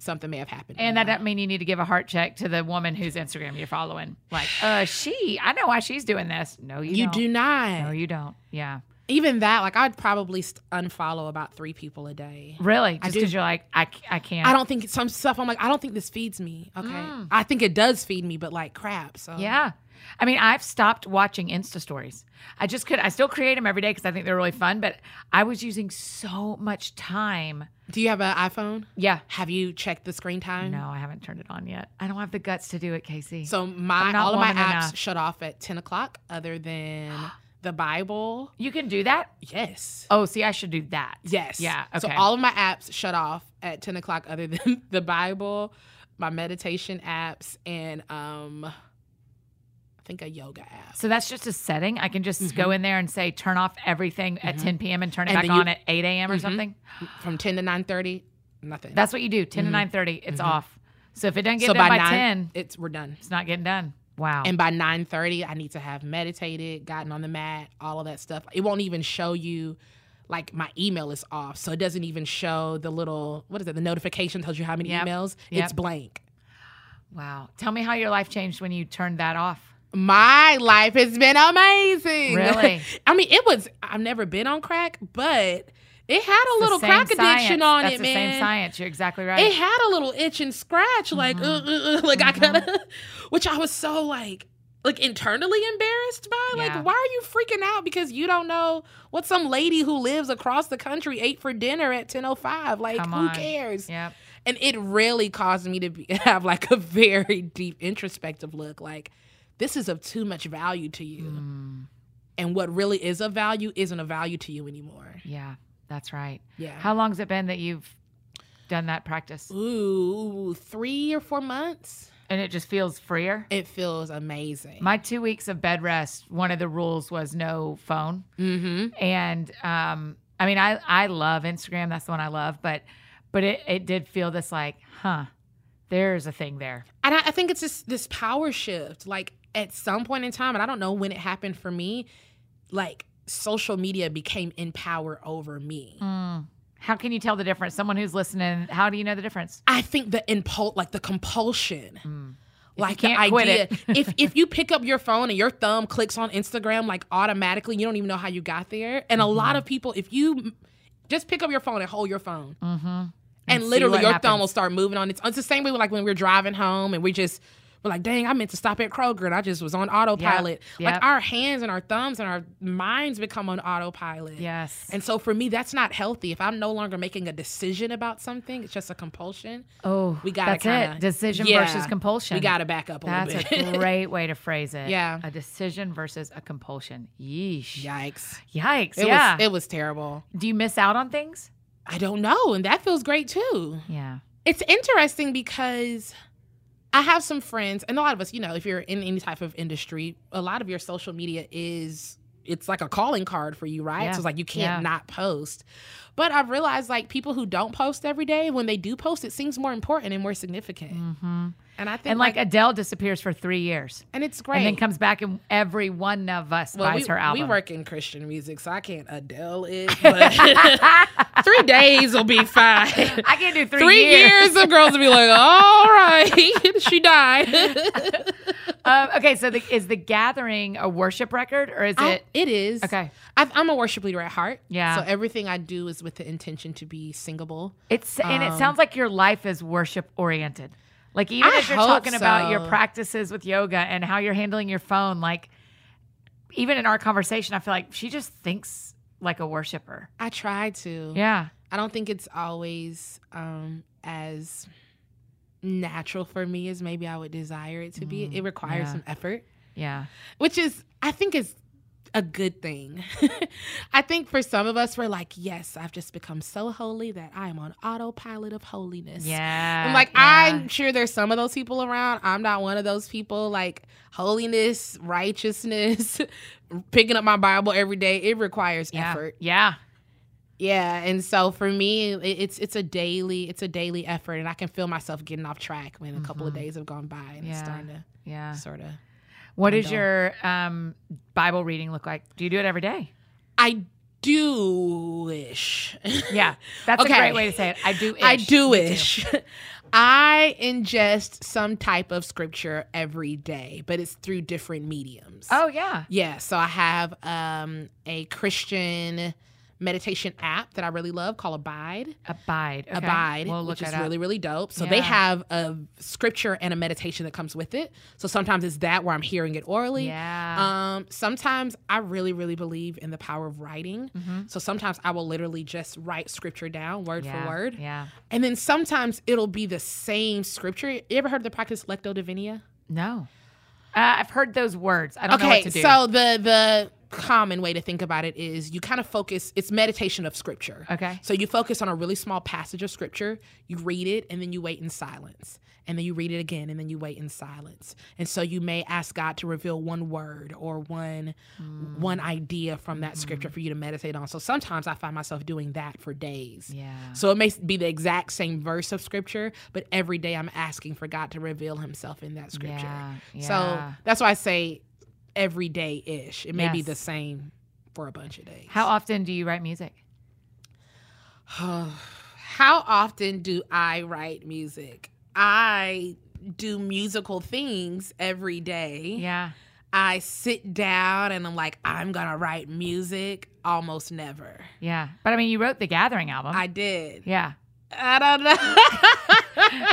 Speaker 2: something may have happened
Speaker 1: And that
Speaker 2: now.
Speaker 1: doesn't mean you need to give a heart check to the woman whose Instagram you're following. Like, uh, she, I know why she's doing this. No, you,
Speaker 2: you
Speaker 1: don't.
Speaker 2: do not
Speaker 1: No, you don't. Yeah.
Speaker 2: even that, like I'd probably st- unfollow about three people a day.
Speaker 1: Really?
Speaker 2: I
Speaker 1: Just
Speaker 2: do.
Speaker 1: because you're like, I, c- I can't.
Speaker 2: I don't think some stuff. I'm like, I don't think this feeds me. Okay,
Speaker 1: Mm.
Speaker 2: I think it does feed me, but like crap. So
Speaker 1: Yeah. I mean, I've stopped watching Insta stories. I just could, I still create them every day because I think they're really fun, but I was using so much time.
Speaker 2: Do you have an iPhone?
Speaker 1: Yeah.
Speaker 2: Have you checked the screen time?
Speaker 1: No, I haven't turned it on yet. I don't have the guts to do it, Casey.
Speaker 2: So
Speaker 1: I'm
Speaker 2: my
Speaker 1: not
Speaker 2: all of my
Speaker 1: woman
Speaker 2: apps
Speaker 1: enough.
Speaker 2: shut off at ten o'clock, other than the Bible.
Speaker 1: you can do that?
Speaker 2: Yes.
Speaker 1: Oh, see, I should do that.
Speaker 2: Yes.
Speaker 1: Yeah. Okay.
Speaker 2: So all of my apps shut off at ten o'clock, other than the Bible, my meditation apps, and um, I think a yoga app.
Speaker 1: So that's just a setting. I can just go in there and say turn off everything at 10 p.m. and turn it
Speaker 2: Mm-hmm.
Speaker 1: back
Speaker 2: And then you- Mm-hmm.
Speaker 1: on at 8 a.m. or something.
Speaker 2: from 10 to 9.30 nothing
Speaker 1: That's what you do. 10 to 9:30, it's off. So if it doesn't get
Speaker 2: Mm-hmm. so
Speaker 1: done by,
Speaker 2: by, 9
Speaker 1: 10,
Speaker 2: it's we're done
Speaker 1: it's not getting done. Wow.
Speaker 2: and by 9.30 i need to have meditated gotten on the mat all of that stuff it won't even show you like my email is off so it doesn't even show the little what is it the notification tells you how many
Speaker 1: Yep.
Speaker 2: emails
Speaker 1: Yep.
Speaker 2: it's blank
Speaker 1: wow. Tell me how your life changed when you turned that off.
Speaker 2: my life has been amazing
Speaker 1: Really?
Speaker 2: i mean it was i've never been on crack but it had a
Speaker 1: The
Speaker 2: little
Speaker 1: same
Speaker 2: crack addiction
Speaker 1: science.
Speaker 2: on
Speaker 1: That's
Speaker 2: it
Speaker 1: the
Speaker 2: man
Speaker 1: same science. You're exactly right. Mm-hmm.
Speaker 2: it had a little itch and scratch, like, uh, uh, uh, like I gotta, which I was so like, like internally embarrassed by? Like,
Speaker 1: Yeah.
Speaker 2: why are you freaking out because you don't know what some lady who lives across the country ate for dinner at 10:05? Like,
Speaker 1: Come
Speaker 2: who
Speaker 1: on.
Speaker 2: cares?
Speaker 1: Yep.
Speaker 2: And it really caused me to be, have like a very deep introspective look. Like, this is of too much value to you,
Speaker 1: Mm,
Speaker 2: and what really is of value isn't of value to you anymore.
Speaker 1: yeah, that's right.
Speaker 2: Yeah.
Speaker 1: How long's it been that you've done that practice?
Speaker 2: Ooh, three or four months.
Speaker 1: And it just feels freer?
Speaker 2: It feels amazing.
Speaker 1: My two weeks of bed rest, one of the rules was no phone.
Speaker 2: mm-hmm.
Speaker 1: and um i mean i i love instagram that's the one i love but but it it did feel this like huh there's a thing there
Speaker 2: And I, I think it's just this power shift. Like at some point in time, and I don't know when it happened for me, like social media became in power over me.
Speaker 1: Mm. how can you tell the difference someone who's listening how do you know the difference
Speaker 2: I think the impulse, like the compulsion,
Speaker 1: Mm. If you
Speaker 2: like the
Speaker 1: can't quit
Speaker 2: idea.
Speaker 1: it.
Speaker 2: if if you pick up your phone and your thumb clicks on Instagram, like automatically, you don't even know how you got there. And a
Speaker 1: Mm-hmm.
Speaker 2: lot of people, if you m- just pick up your phone and hold your phone,
Speaker 1: mm-hmm. and,
Speaker 2: and,
Speaker 1: see
Speaker 2: literally
Speaker 1: what
Speaker 2: your
Speaker 1: happens.
Speaker 2: thumb will start moving on its. It's the same way with, like when we're driving home and we just we're like, dang, I meant to stop at Kroger and I just was on autopilot.
Speaker 1: yep.
Speaker 2: Like our hands and our thumbs and our minds become on autopilot.
Speaker 1: yes
Speaker 2: And so for me, that's not healthy. If I'm no longer making a decision about something, it's just a compulsion.
Speaker 1: oh
Speaker 2: we gotta
Speaker 1: that's
Speaker 2: kinda-
Speaker 1: it decision
Speaker 2: Yeah.
Speaker 1: versus compulsion
Speaker 2: We got to back up a
Speaker 1: that's
Speaker 2: little bit.
Speaker 1: a great way to phrase it
Speaker 2: Yeah.
Speaker 1: a decision versus a compulsion yeesh
Speaker 2: Yikes!
Speaker 1: yikes
Speaker 2: It
Speaker 1: yeah
Speaker 2: was it was terrible.
Speaker 1: do you miss out on things
Speaker 2: I don't know, and that feels great too.
Speaker 1: yeah
Speaker 2: It's interesting because I have some friends, and a lot of us, you know, if you're in any type of industry, a lot of your social media is it's like a calling card for you, right?
Speaker 1: Yeah.
Speaker 2: So it's like you can't
Speaker 1: Yeah.
Speaker 2: not post. But I've realized like people who don't post every day, when they do post, it seems more important and more significant.
Speaker 1: mm-hmm.
Speaker 2: And I think
Speaker 1: and like adele disappears for three years
Speaker 2: and it's great.
Speaker 1: and then comes back and every one of us
Speaker 2: well,
Speaker 1: buys
Speaker 2: we,
Speaker 1: her album.
Speaker 2: we work in Christian music, so I can't Adele it. But three days will be fine.
Speaker 1: I can do three,
Speaker 2: Three
Speaker 1: years.
Speaker 2: years of girls will be like, all right, she died.
Speaker 1: Um, okay, so the, is the gathering a worship record or is
Speaker 2: I-
Speaker 1: it?
Speaker 2: it is.
Speaker 1: Okay,
Speaker 2: I've, I'm a worship leader at heart.
Speaker 1: Yeah.
Speaker 2: So everything I do is with the intention to be singable.
Speaker 1: it's and it
Speaker 2: Um,
Speaker 1: sounds like your life is worship oriented. Like even
Speaker 2: I
Speaker 1: as you're
Speaker 2: hope
Speaker 1: talking about your
Speaker 2: so.
Speaker 1: practices with yoga and how you're handling your phone, like even in our conversation, I feel like she just thinks like a worshiper.
Speaker 2: I try to.
Speaker 1: Yeah,
Speaker 2: I don't think it's always um, as natural for me as maybe I would desire it to be.
Speaker 1: Mm,
Speaker 2: It requires
Speaker 1: yeah.
Speaker 2: some effort,
Speaker 1: yeah,
Speaker 2: which is, I think, is a good thing. I think for some of us, we're like, yes, I've just become so holy that I am on autopilot of holiness.
Speaker 1: yeah.
Speaker 2: I'm like,
Speaker 1: yeah.
Speaker 2: I'm sure there's some of those people around. I'm not one of those people. Like holiness, righteousness, picking up my Bible every day. It requires
Speaker 1: yeah,
Speaker 2: effort.
Speaker 1: yeah,
Speaker 2: Yeah, and so for me, it- it's it's a daily it's a daily effort, and I can feel myself getting off track when a couple of
Speaker 1: Mhm.
Speaker 2: days have gone by and it's
Speaker 1: Yeah.
Speaker 2: starting to
Speaker 1: yeah.
Speaker 2: sort of.
Speaker 1: What does
Speaker 2: Kindle.
Speaker 1: your um, Bible reading look like? Do you do it every day?
Speaker 2: I do wish.
Speaker 1: Yeah, that's a
Speaker 2: Okay.
Speaker 1: great way to say it. I do. Ish.
Speaker 2: I do
Speaker 1: Me too.
Speaker 2: wish. I ingest some type of scripture every day, but it's through different mediums.
Speaker 1: Oh yeah.
Speaker 2: Yeah, so I have um, a Christian meditation app that I really love called Abide.
Speaker 1: Abide. Okay.
Speaker 2: Abide,
Speaker 1: We'll look
Speaker 2: which is
Speaker 1: it up.
Speaker 2: really, really dope. So they
Speaker 1: Yeah.
Speaker 2: have a scripture and a meditation that comes with it. So sometimes it's that where I'm hearing it orally.
Speaker 1: Yeah.
Speaker 2: Um, sometimes I really, really believe in the power of writing.
Speaker 1: Mhm.
Speaker 2: So sometimes I will literally just write scripture down word
Speaker 1: yeah.
Speaker 2: for word.
Speaker 1: Yeah.
Speaker 2: And then sometimes it'll be the same scripture. You ever heard of the practice Lecto Divina?
Speaker 1: No. Uh, I've heard those words. I don't know what to do.
Speaker 2: so the the common way to think about it is you kind of focus. It's meditation of scripture.
Speaker 1: Okay.
Speaker 2: So you focus on a really small passage of scripture. You read it, and then you wait in silence, and then you read it again, and then you wait in silence. And so you may ask God to reveal one word or one
Speaker 1: Mm.
Speaker 2: one idea from that
Speaker 1: Mm-hmm.
Speaker 2: scripture for you to meditate on. So sometimes I find myself doing that for days.
Speaker 1: Yeah.
Speaker 2: So it may be the exact same verse of scripture, but every day I'm asking for God to reveal himself in that scripture.
Speaker 1: Yeah. yeah.
Speaker 2: So that's why I say every day ish. It may be
Speaker 1: Yes.
Speaker 2: the same for a bunch of days.
Speaker 1: how often do you write music?
Speaker 2: how often do I write music? I do musical things every day.
Speaker 1: Yeah.
Speaker 2: I sit down and I'm like, I'm gonna write music. Almost never.
Speaker 1: Yeah. But I mean, you wrote the Gathering album.
Speaker 2: I did.
Speaker 1: Um, yeah.
Speaker 2: I don't know.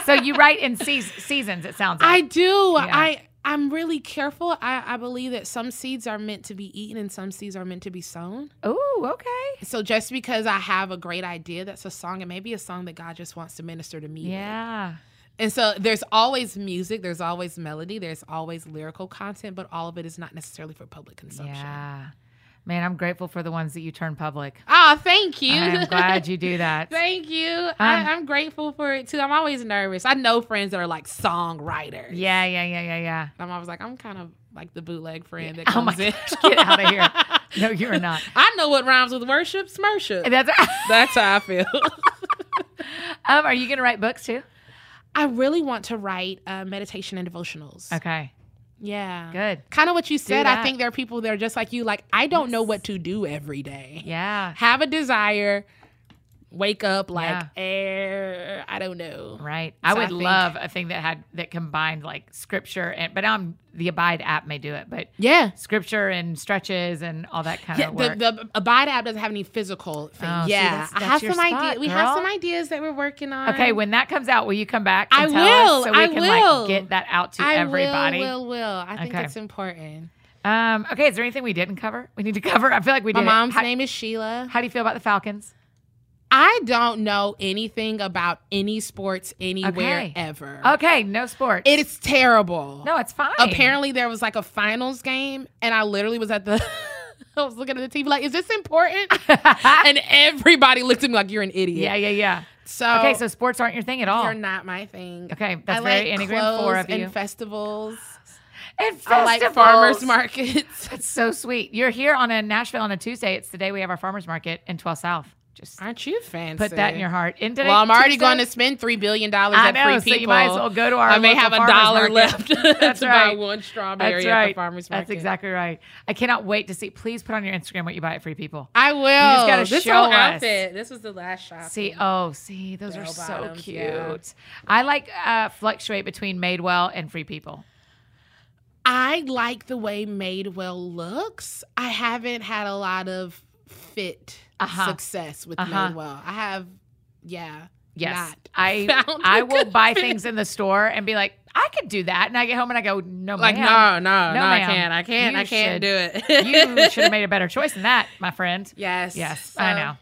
Speaker 1: So you write in seas seasons. It sounds.
Speaker 2: I
Speaker 1: Like.
Speaker 2: do. I I'm really careful. I, I believe that some seeds are meant to be eaten and some seeds are meant to be sown.
Speaker 1: Oh, okay.
Speaker 2: So just because I have a great idea that's a song, it may be a song that God just wants to minister to me. with.
Speaker 1: Yeah.
Speaker 2: And so there's always music, there's always melody, there's always lyrical content, but all of it is not necessarily for public consumption.
Speaker 1: Yeah. Man, I'm grateful for the ones that you turn public.
Speaker 2: Oh, thank you.
Speaker 1: I'm glad you do that.
Speaker 2: Thank you. I, I'm grateful for it too. I'm always nervous. I know friends that are like songwriters.
Speaker 1: Yeah, yeah, yeah, yeah, yeah.
Speaker 2: I'm always like, I'm kind of like the bootleg friend that
Speaker 1: Oh my
Speaker 2: comes in.
Speaker 1: gosh, get outta here. No, you are not.
Speaker 2: I know what rhymes with worship, smurship.
Speaker 1: That's
Speaker 2: That's how I feel.
Speaker 1: um, are you gonna write books too?
Speaker 2: I really want to write uh, meditation and devotionals.
Speaker 1: Okay.
Speaker 2: Yeah.
Speaker 1: Good.
Speaker 2: Kind of what you said. I
Speaker 1: that.
Speaker 2: think there are people that are just like you, like, I don't know what to do every day.
Speaker 1: Yeah.
Speaker 2: Have a desire, wake up like,
Speaker 1: Yeah. Oh.
Speaker 2: eh, I don't know.
Speaker 1: Right. I
Speaker 2: So I
Speaker 1: would
Speaker 2: think-
Speaker 1: love a thing that had that combined like scripture and but um the Abide app may do it, but
Speaker 2: Yeah.
Speaker 1: scripture and stretches and all that kind
Speaker 2: Yeah,
Speaker 1: of work.
Speaker 2: the, the Abide app doesn't have any physical thing.
Speaker 1: Oh, see,
Speaker 2: yeah,
Speaker 1: that's-
Speaker 2: I
Speaker 1: that's
Speaker 2: have
Speaker 1: your
Speaker 2: some ideas.
Speaker 1: spot,
Speaker 2: We have
Speaker 1: girl.
Speaker 2: some ideas that we're working on.
Speaker 1: okay, when that comes out, will you come back? And tell
Speaker 2: I
Speaker 1: us
Speaker 2: will,
Speaker 1: so we
Speaker 2: I
Speaker 1: can
Speaker 2: will.
Speaker 1: like get that out to
Speaker 2: I
Speaker 1: everybody.
Speaker 2: will, will, will. I think
Speaker 1: Okay.
Speaker 2: it's important.
Speaker 1: Um, okay, is there anything we didn't cover? We need to cover. I feel like we
Speaker 2: My
Speaker 1: did. it.
Speaker 2: mom's
Speaker 1: how,
Speaker 2: name is Sheila.
Speaker 1: how do you feel about the Falcons?
Speaker 2: I don't know anything about any sports anywhere
Speaker 1: Okay.
Speaker 2: ever.
Speaker 1: Okay, no sports.
Speaker 2: Oh. It is terrible.
Speaker 1: no, it's fine.
Speaker 2: Apparently there was like a finals game and I literally was at the I was looking at the TV like, is this important? and everybody looked at me like you're an idiot.
Speaker 1: yeah, yeah, yeah.
Speaker 2: So
Speaker 1: okay, so sports aren't your thing at all.
Speaker 2: they're not my thing.
Speaker 1: Okay,
Speaker 2: I
Speaker 1: that's
Speaker 2: like
Speaker 1: very Enneagram four
Speaker 2: clothes
Speaker 1: of you.
Speaker 2: and festivals.
Speaker 1: And
Speaker 2: I like
Speaker 1: festivals.
Speaker 2: farmers markets.
Speaker 1: That's so sweet. You're here on a Nashville on a Tuesday. It's today we have our farmers market in 12 South. Just
Speaker 2: Aren't you fancy?
Speaker 1: put that in your heart. And today,
Speaker 2: Well, I'm already
Speaker 1: Tuesday-
Speaker 2: going to spend three billion dollars
Speaker 1: I
Speaker 2: at
Speaker 1: know,
Speaker 2: free
Speaker 1: so
Speaker 2: people.
Speaker 1: you might as well go to our.
Speaker 2: I may
Speaker 1: local
Speaker 2: have a
Speaker 1: farmer's
Speaker 2: dollar
Speaker 1: market.
Speaker 2: left
Speaker 1: That's
Speaker 2: to
Speaker 1: right.
Speaker 2: buy one strawberry
Speaker 1: That's
Speaker 2: at
Speaker 1: right.
Speaker 2: the farmer's market.
Speaker 1: That's exactly right. I cannot wait to see. Please put on your Instagram what you buy at Free People.
Speaker 2: I will.
Speaker 1: just gotta
Speaker 2: this
Speaker 1: show
Speaker 2: whole
Speaker 1: us.
Speaker 2: outfit. This was the last shop.
Speaker 1: See, oh, see, those are
Speaker 2: Bell
Speaker 1: so
Speaker 2: bottoms,
Speaker 1: cute.
Speaker 2: yeah.
Speaker 1: I like uh, fluctuate between Madewell and Free People.
Speaker 2: I like the way Madewell looks. I haven't had a lot of fit
Speaker 1: Uh-huh.
Speaker 2: success with
Speaker 1: Uh-huh.
Speaker 2: Madewell. I have, yeah.
Speaker 1: Yes,
Speaker 2: Not
Speaker 1: I
Speaker 2: found
Speaker 1: I
Speaker 2: a
Speaker 1: will
Speaker 2: good
Speaker 1: buy
Speaker 2: fit.
Speaker 1: things in the store and be like, I could do that, and I get home and I go, no,
Speaker 2: Like,
Speaker 1: ma'am.
Speaker 2: no, no,
Speaker 1: No,
Speaker 2: no, I
Speaker 1: ma'am.
Speaker 2: can't. I can't.
Speaker 1: You
Speaker 2: I can't do it.
Speaker 1: you should have made a better choice than that, my friend.
Speaker 2: Yes.
Speaker 1: Yes,
Speaker 2: So,
Speaker 1: I know.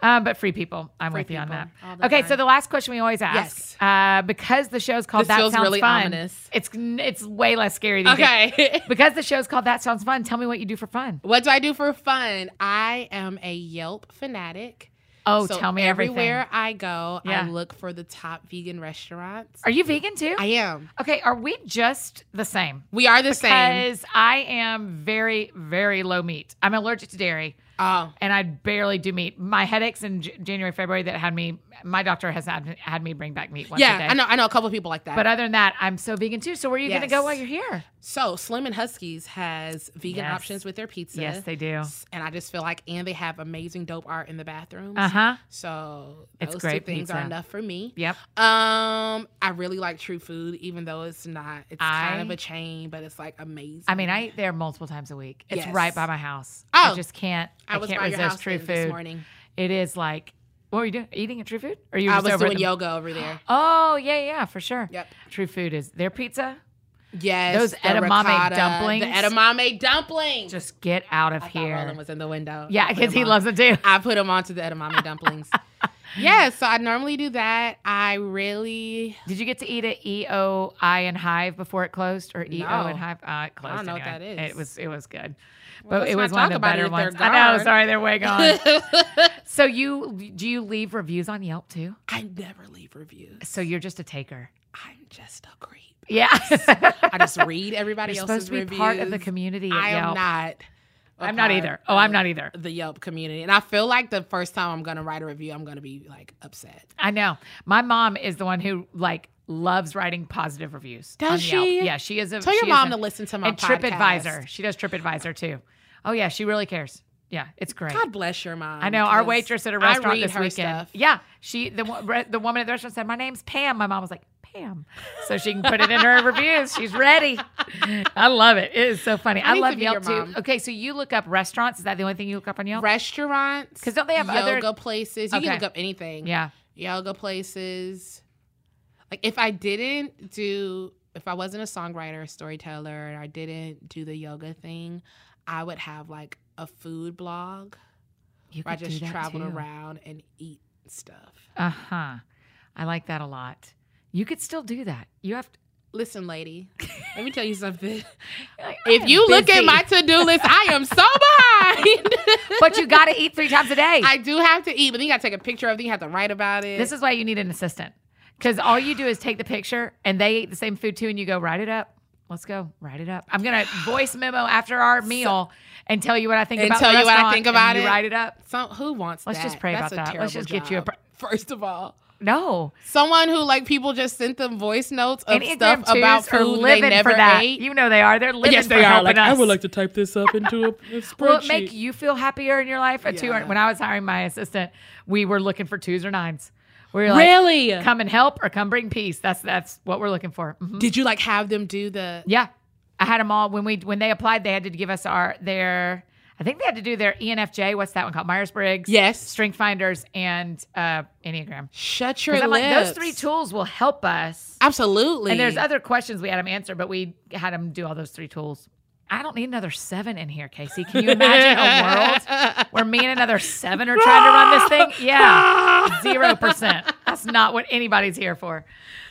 Speaker 1: Um, but free people, I'm
Speaker 2: Free
Speaker 1: with you on
Speaker 2: people
Speaker 1: that.
Speaker 2: all the
Speaker 1: Okay, so
Speaker 2: time.
Speaker 1: the last question we always ask,
Speaker 2: Yes.
Speaker 1: uh, because the show's called
Speaker 2: This
Speaker 1: That
Speaker 2: feels
Speaker 1: Sounds
Speaker 2: really
Speaker 1: Fun.
Speaker 2: ominous.
Speaker 1: It's it's way less scary. Than you think.
Speaker 2: Okay.
Speaker 1: Because the show's called That Sounds Fun. Tell me what you do for fun.
Speaker 2: What do I do for fun? I am a Yelp fanatic.
Speaker 1: Oh,
Speaker 2: So
Speaker 1: tell me everything.
Speaker 2: Everywhere I go,
Speaker 1: Yeah.
Speaker 2: I look for the top vegan restaurants.
Speaker 1: Are you vegan too?
Speaker 2: I am.
Speaker 1: okay, are we just the same?
Speaker 2: We are the same.
Speaker 1: Because I am very, very low meat. I'm allergic to dairy.
Speaker 2: Oh,
Speaker 1: and I barely do meat. My headaches in J- January, February that had me. My doctor has had, had me bring back meat once a day.
Speaker 2: yeah. I know. I know a couple of people like that.
Speaker 1: But uh, other than that, I'm so vegan too. So where are you going
Speaker 2: Yes.
Speaker 1: to go while you're here?
Speaker 2: so Slim and Huskies has vegan
Speaker 1: Yes.
Speaker 2: options with their pizza.
Speaker 1: Yes, they do.
Speaker 2: And I just feel like, and they have amazing dope art in the bathrooms.
Speaker 1: Uh huh.
Speaker 2: So
Speaker 1: It's
Speaker 2: those
Speaker 1: great
Speaker 2: two things are
Speaker 1: pizza.
Speaker 2: enough for me.
Speaker 1: Yep.
Speaker 2: Um, I really like True Food, even though it's not. It's
Speaker 1: I-
Speaker 2: kind of a chain, but it's like amazing.
Speaker 1: I mean, I eat there multiple times a week. It's
Speaker 2: Yes.
Speaker 1: right by my house. I
Speaker 2: Oh.
Speaker 1: just can't. I,
Speaker 2: I was
Speaker 1: can't
Speaker 2: by your
Speaker 1: resist
Speaker 2: house
Speaker 1: true
Speaker 2: then
Speaker 1: food.
Speaker 2: this morning.
Speaker 1: It is like what were you doing? Eating at True Food? Or you were
Speaker 2: I
Speaker 1: just
Speaker 2: was
Speaker 1: over at
Speaker 2: doing
Speaker 1: the-
Speaker 2: yoga over there.
Speaker 1: Oh yeah, yeah, for sure.
Speaker 2: Yep.
Speaker 1: True Food is their pizza.
Speaker 2: Yes.
Speaker 1: Those
Speaker 2: the
Speaker 1: edamame
Speaker 2: ricotta,
Speaker 1: dumplings.
Speaker 2: The edamame dumplings.
Speaker 1: Just get out of
Speaker 2: I thought Roland
Speaker 1: here.
Speaker 2: was in the window.
Speaker 1: Yeah,
Speaker 2: I put
Speaker 1: because
Speaker 2: him
Speaker 1: he
Speaker 2: on.
Speaker 1: loves it too.
Speaker 2: I put him onto the edamame dumplings. yeah, so I normally do that. I really
Speaker 1: Did you get to eat at EOI and Hive before it closed, or EO
Speaker 2: No.
Speaker 1: and Hive? Uh, it closed.
Speaker 2: don't know what
Speaker 1: anyway.
Speaker 2: that is.
Speaker 1: It was it was good, but
Speaker 2: let's
Speaker 1: it
Speaker 2: not
Speaker 1: was one of
Speaker 2: talk
Speaker 1: the
Speaker 2: about it
Speaker 1: better
Speaker 2: if they're
Speaker 1: ones. I know.
Speaker 2: gone.
Speaker 1: Sorry, they're way gone. so you do you leave reviews on Yelp too?
Speaker 2: I never leave reviews.
Speaker 1: So you're just a taker.
Speaker 2: I'm just a creep.
Speaker 1: Yeah,
Speaker 2: I just read everybody
Speaker 1: you're supposed
Speaker 2: else's
Speaker 1: to be
Speaker 2: reviews.
Speaker 1: part of the community. At
Speaker 2: I am
Speaker 1: Yelp.
Speaker 2: not. a
Speaker 1: I'm not
Speaker 2: part
Speaker 1: either. Oh, I'm
Speaker 2: of
Speaker 1: not either.
Speaker 2: The Yelp community, and I feel like the first time I'm gonna write a review, I'm gonna be like upset.
Speaker 1: I know. My mom is the one who like loves writing positive reviews.
Speaker 2: Does
Speaker 1: on Yelp.
Speaker 2: she?
Speaker 1: Yeah, she is a.
Speaker 2: Tell
Speaker 1: Oh,
Speaker 2: your
Speaker 1: she is
Speaker 2: mom
Speaker 1: a-
Speaker 2: to listen to my
Speaker 1: and TripAdvisor. She does TripAdvisor too. Oh yeah, she really cares. Yeah, it's great.
Speaker 2: God bless your mom.
Speaker 1: I know our
Speaker 2: 'cause
Speaker 1: waitress at a
Speaker 2: I
Speaker 1: restaurant
Speaker 2: read
Speaker 1: this
Speaker 2: her
Speaker 1: weekend.
Speaker 2: stuff.
Speaker 1: Yeah, she the wo- re- the woman at the restaurant said, "My name's Pam." My mom was like, "Pam," so she can put it in her reviews. She's ready. I love it. It is so funny. I,
Speaker 2: need to
Speaker 1: love
Speaker 2: be your
Speaker 1: Yelp too.
Speaker 2: mom.
Speaker 1: Okay, so you look up restaurants. Is that the only thing you look up on Yelp?
Speaker 2: Restaurants,
Speaker 1: 'Cause don't they have
Speaker 2: yoga
Speaker 1: other-
Speaker 2: places? You
Speaker 1: Okay.
Speaker 2: can look up anything.
Speaker 1: Yeah.
Speaker 2: yoga places. Like if I didn't do if I wasn't a songwriter, a storyteller, and I didn't do the yoga thing, I would have like a food blog
Speaker 1: You
Speaker 2: where I
Speaker 1: could do
Speaker 2: just
Speaker 1: that
Speaker 2: traveled
Speaker 1: too.
Speaker 2: around and eat stuff.
Speaker 1: Uh huh. I like that a lot. You could still do that. You have to.
Speaker 2: Listen, lady, let me tell you something.
Speaker 1: you're like, I
Speaker 2: if
Speaker 1: am
Speaker 2: you look
Speaker 1: busy,
Speaker 2: at my to do list, I am so behind.
Speaker 1: but you got to eat three times a day.
Speaker 2: I do have to eat, but then you got to take a picture of it. You have to write about it.
Speaker 1: this is why you need an assistant because all you do is take the picture and they eat the same food too, and you go write it up. Let's go write it up. I'm gonna voice memo after our meal and tell you what I think
Speaker 2: And
Speaker 1: about.
Speaker 2: tell
Speaker 1: the
Speaker 2: you what I
Speaker 1: restaurant,
Speaker 2: think
Speaker 1: and
Speaker 2: about
Speaker 1: you
Speaker 2: it.
Speaker 1: Write it up.
Speaker 2: Some, who wants
Speaker 1: Let's
Speaker 2: that?
Speaker 1: just pray about
Speaker 2: That's a
Speaker 1: that. Let's just
Speaker 2: terrible
Speaker 1: get you a
Speaker 2: job, first of all.
Speaker 1: No,
Speaker 2: Someone who like people just sent them voice notes of
Speaker 1: Enneagram
Speaker 2: stuff
Speaker 1: twos
Speaker 2: about
Speaker 1: are
Speaker 2: food they
Speaker 1: living
Speaker 2: never
Speaker 1: for that.
Speaker 2: ate.
Speaker 1: You know they are. They're living
Speaker 2: Yes,
Speaker 1: for
Speaker 2: they are.
Speaker 1: helping
Speaker 2: Like,
Speaker 1: us.
Speaker 4: I would like to type this up into a, a spreadsheet.
Speaker 1: Will it make you feel happier in your life? A two or,
Speaker 2: Yeah.
Speaker 1: when I was hiring my assistant, we were looking for twos or nines. We were like,
Speaker 2: really?
Speaker 1: come and help or come bring peace. That's that's what we're looking for. Mhm.
Speaker 2: Did you like have them do the?
Speaker 1: Yeah, I had them all when we when they applied. They had to give us our their. I think they had to do their E ENFJ. What's that one called? Myers Briggs.
Speaker 2: Yes.
Speaker 1: Strength finders and uh, Enneagram.
Speaker 2: Shut your
Speaker 1: Because
Speaker 2: lips.
Speaker 1: I'm like those three tools will help us.
Speaker 2: Absolutely.
Speaker 1: And there's other questions we had them answer, but we had them do all those three tools. I don't need another seven in here, Casey. Can you imagine a world where me and another seven are trying to run this thing? Yeah, zero percent. That's not what anybody's here for.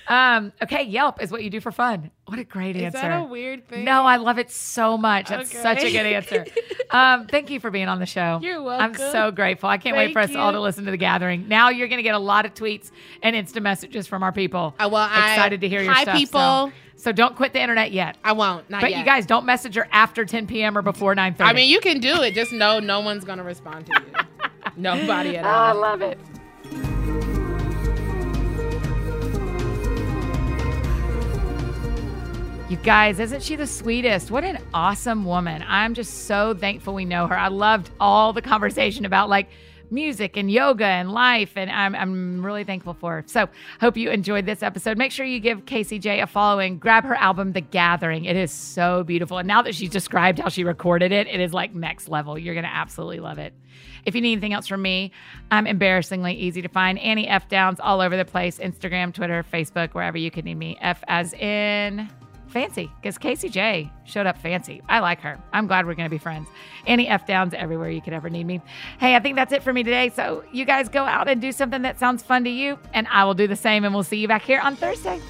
Speaker 1: Um, okay, Yelp is what you do for fun. What a great
Speaker 2: Is
Speaker 1: answer.
Speaker 2: that a weird thing?
Speaker 1: no, I love it so much. That's such a
Speaker 2: Okay.
Speaker 1: good answer. Um, thank you for being on the show.
Speaker 2: You're
Speaker 1: I'm so
Speaker 2: welcome.
Speaker 1: grateful. I can't wait for us
Speaker 2: Thank
Speaker 1: all
Speaker 2: you.
Speaker 1: to listen to the gathering. Now you're going to get a lot of tweets and Insta messages from our people.
Speaker 2: Uh, well, I-
Speaker 1: excited to hear your
Speaker 2: hi,
Speaker 1: stuff, so-
Speaker 2: people.
Speaker 1: So, don't quit the internet yet.
Speaker 2: I won't. Not
Speaker 1: But
Speaker 2: yet.
Speaker 1: you guys don't message her after 10 p.m. or before 9:30.
Speaker 2: I mean, you can do it. Just know no one's gonna respond to you. Nobody at all.
Speaker 1: Oh, love it. You guys, isn't she the sweetest? What an awesome woman. I'm just so thankful we know her. I loved all the conversation about like music and yoga and life, and I'm, I'm really thankful for her. So, hope you enjoyed this episode. Make sure you give KCJ a following. Grab her album, The Gathering. It is so beautiful. And now that she's described how she recorded it, it is like next level. You're going to absolutely love it. If you need anything else from me, I'm embarrassingly easy to find. Annie F. Downs all over the place Instagram, Twitter, Facebook, wherever you can need me. F as in. Fancy, because Casey J showed up fancy. I like her. I'm glad we're going to be friends. Any F downs everywhere you could ever need me. Hey, I think that's it for me today. So you guys go out and do something that sounds fun to you, and I will do the same, and we'll see you back here on Thursday.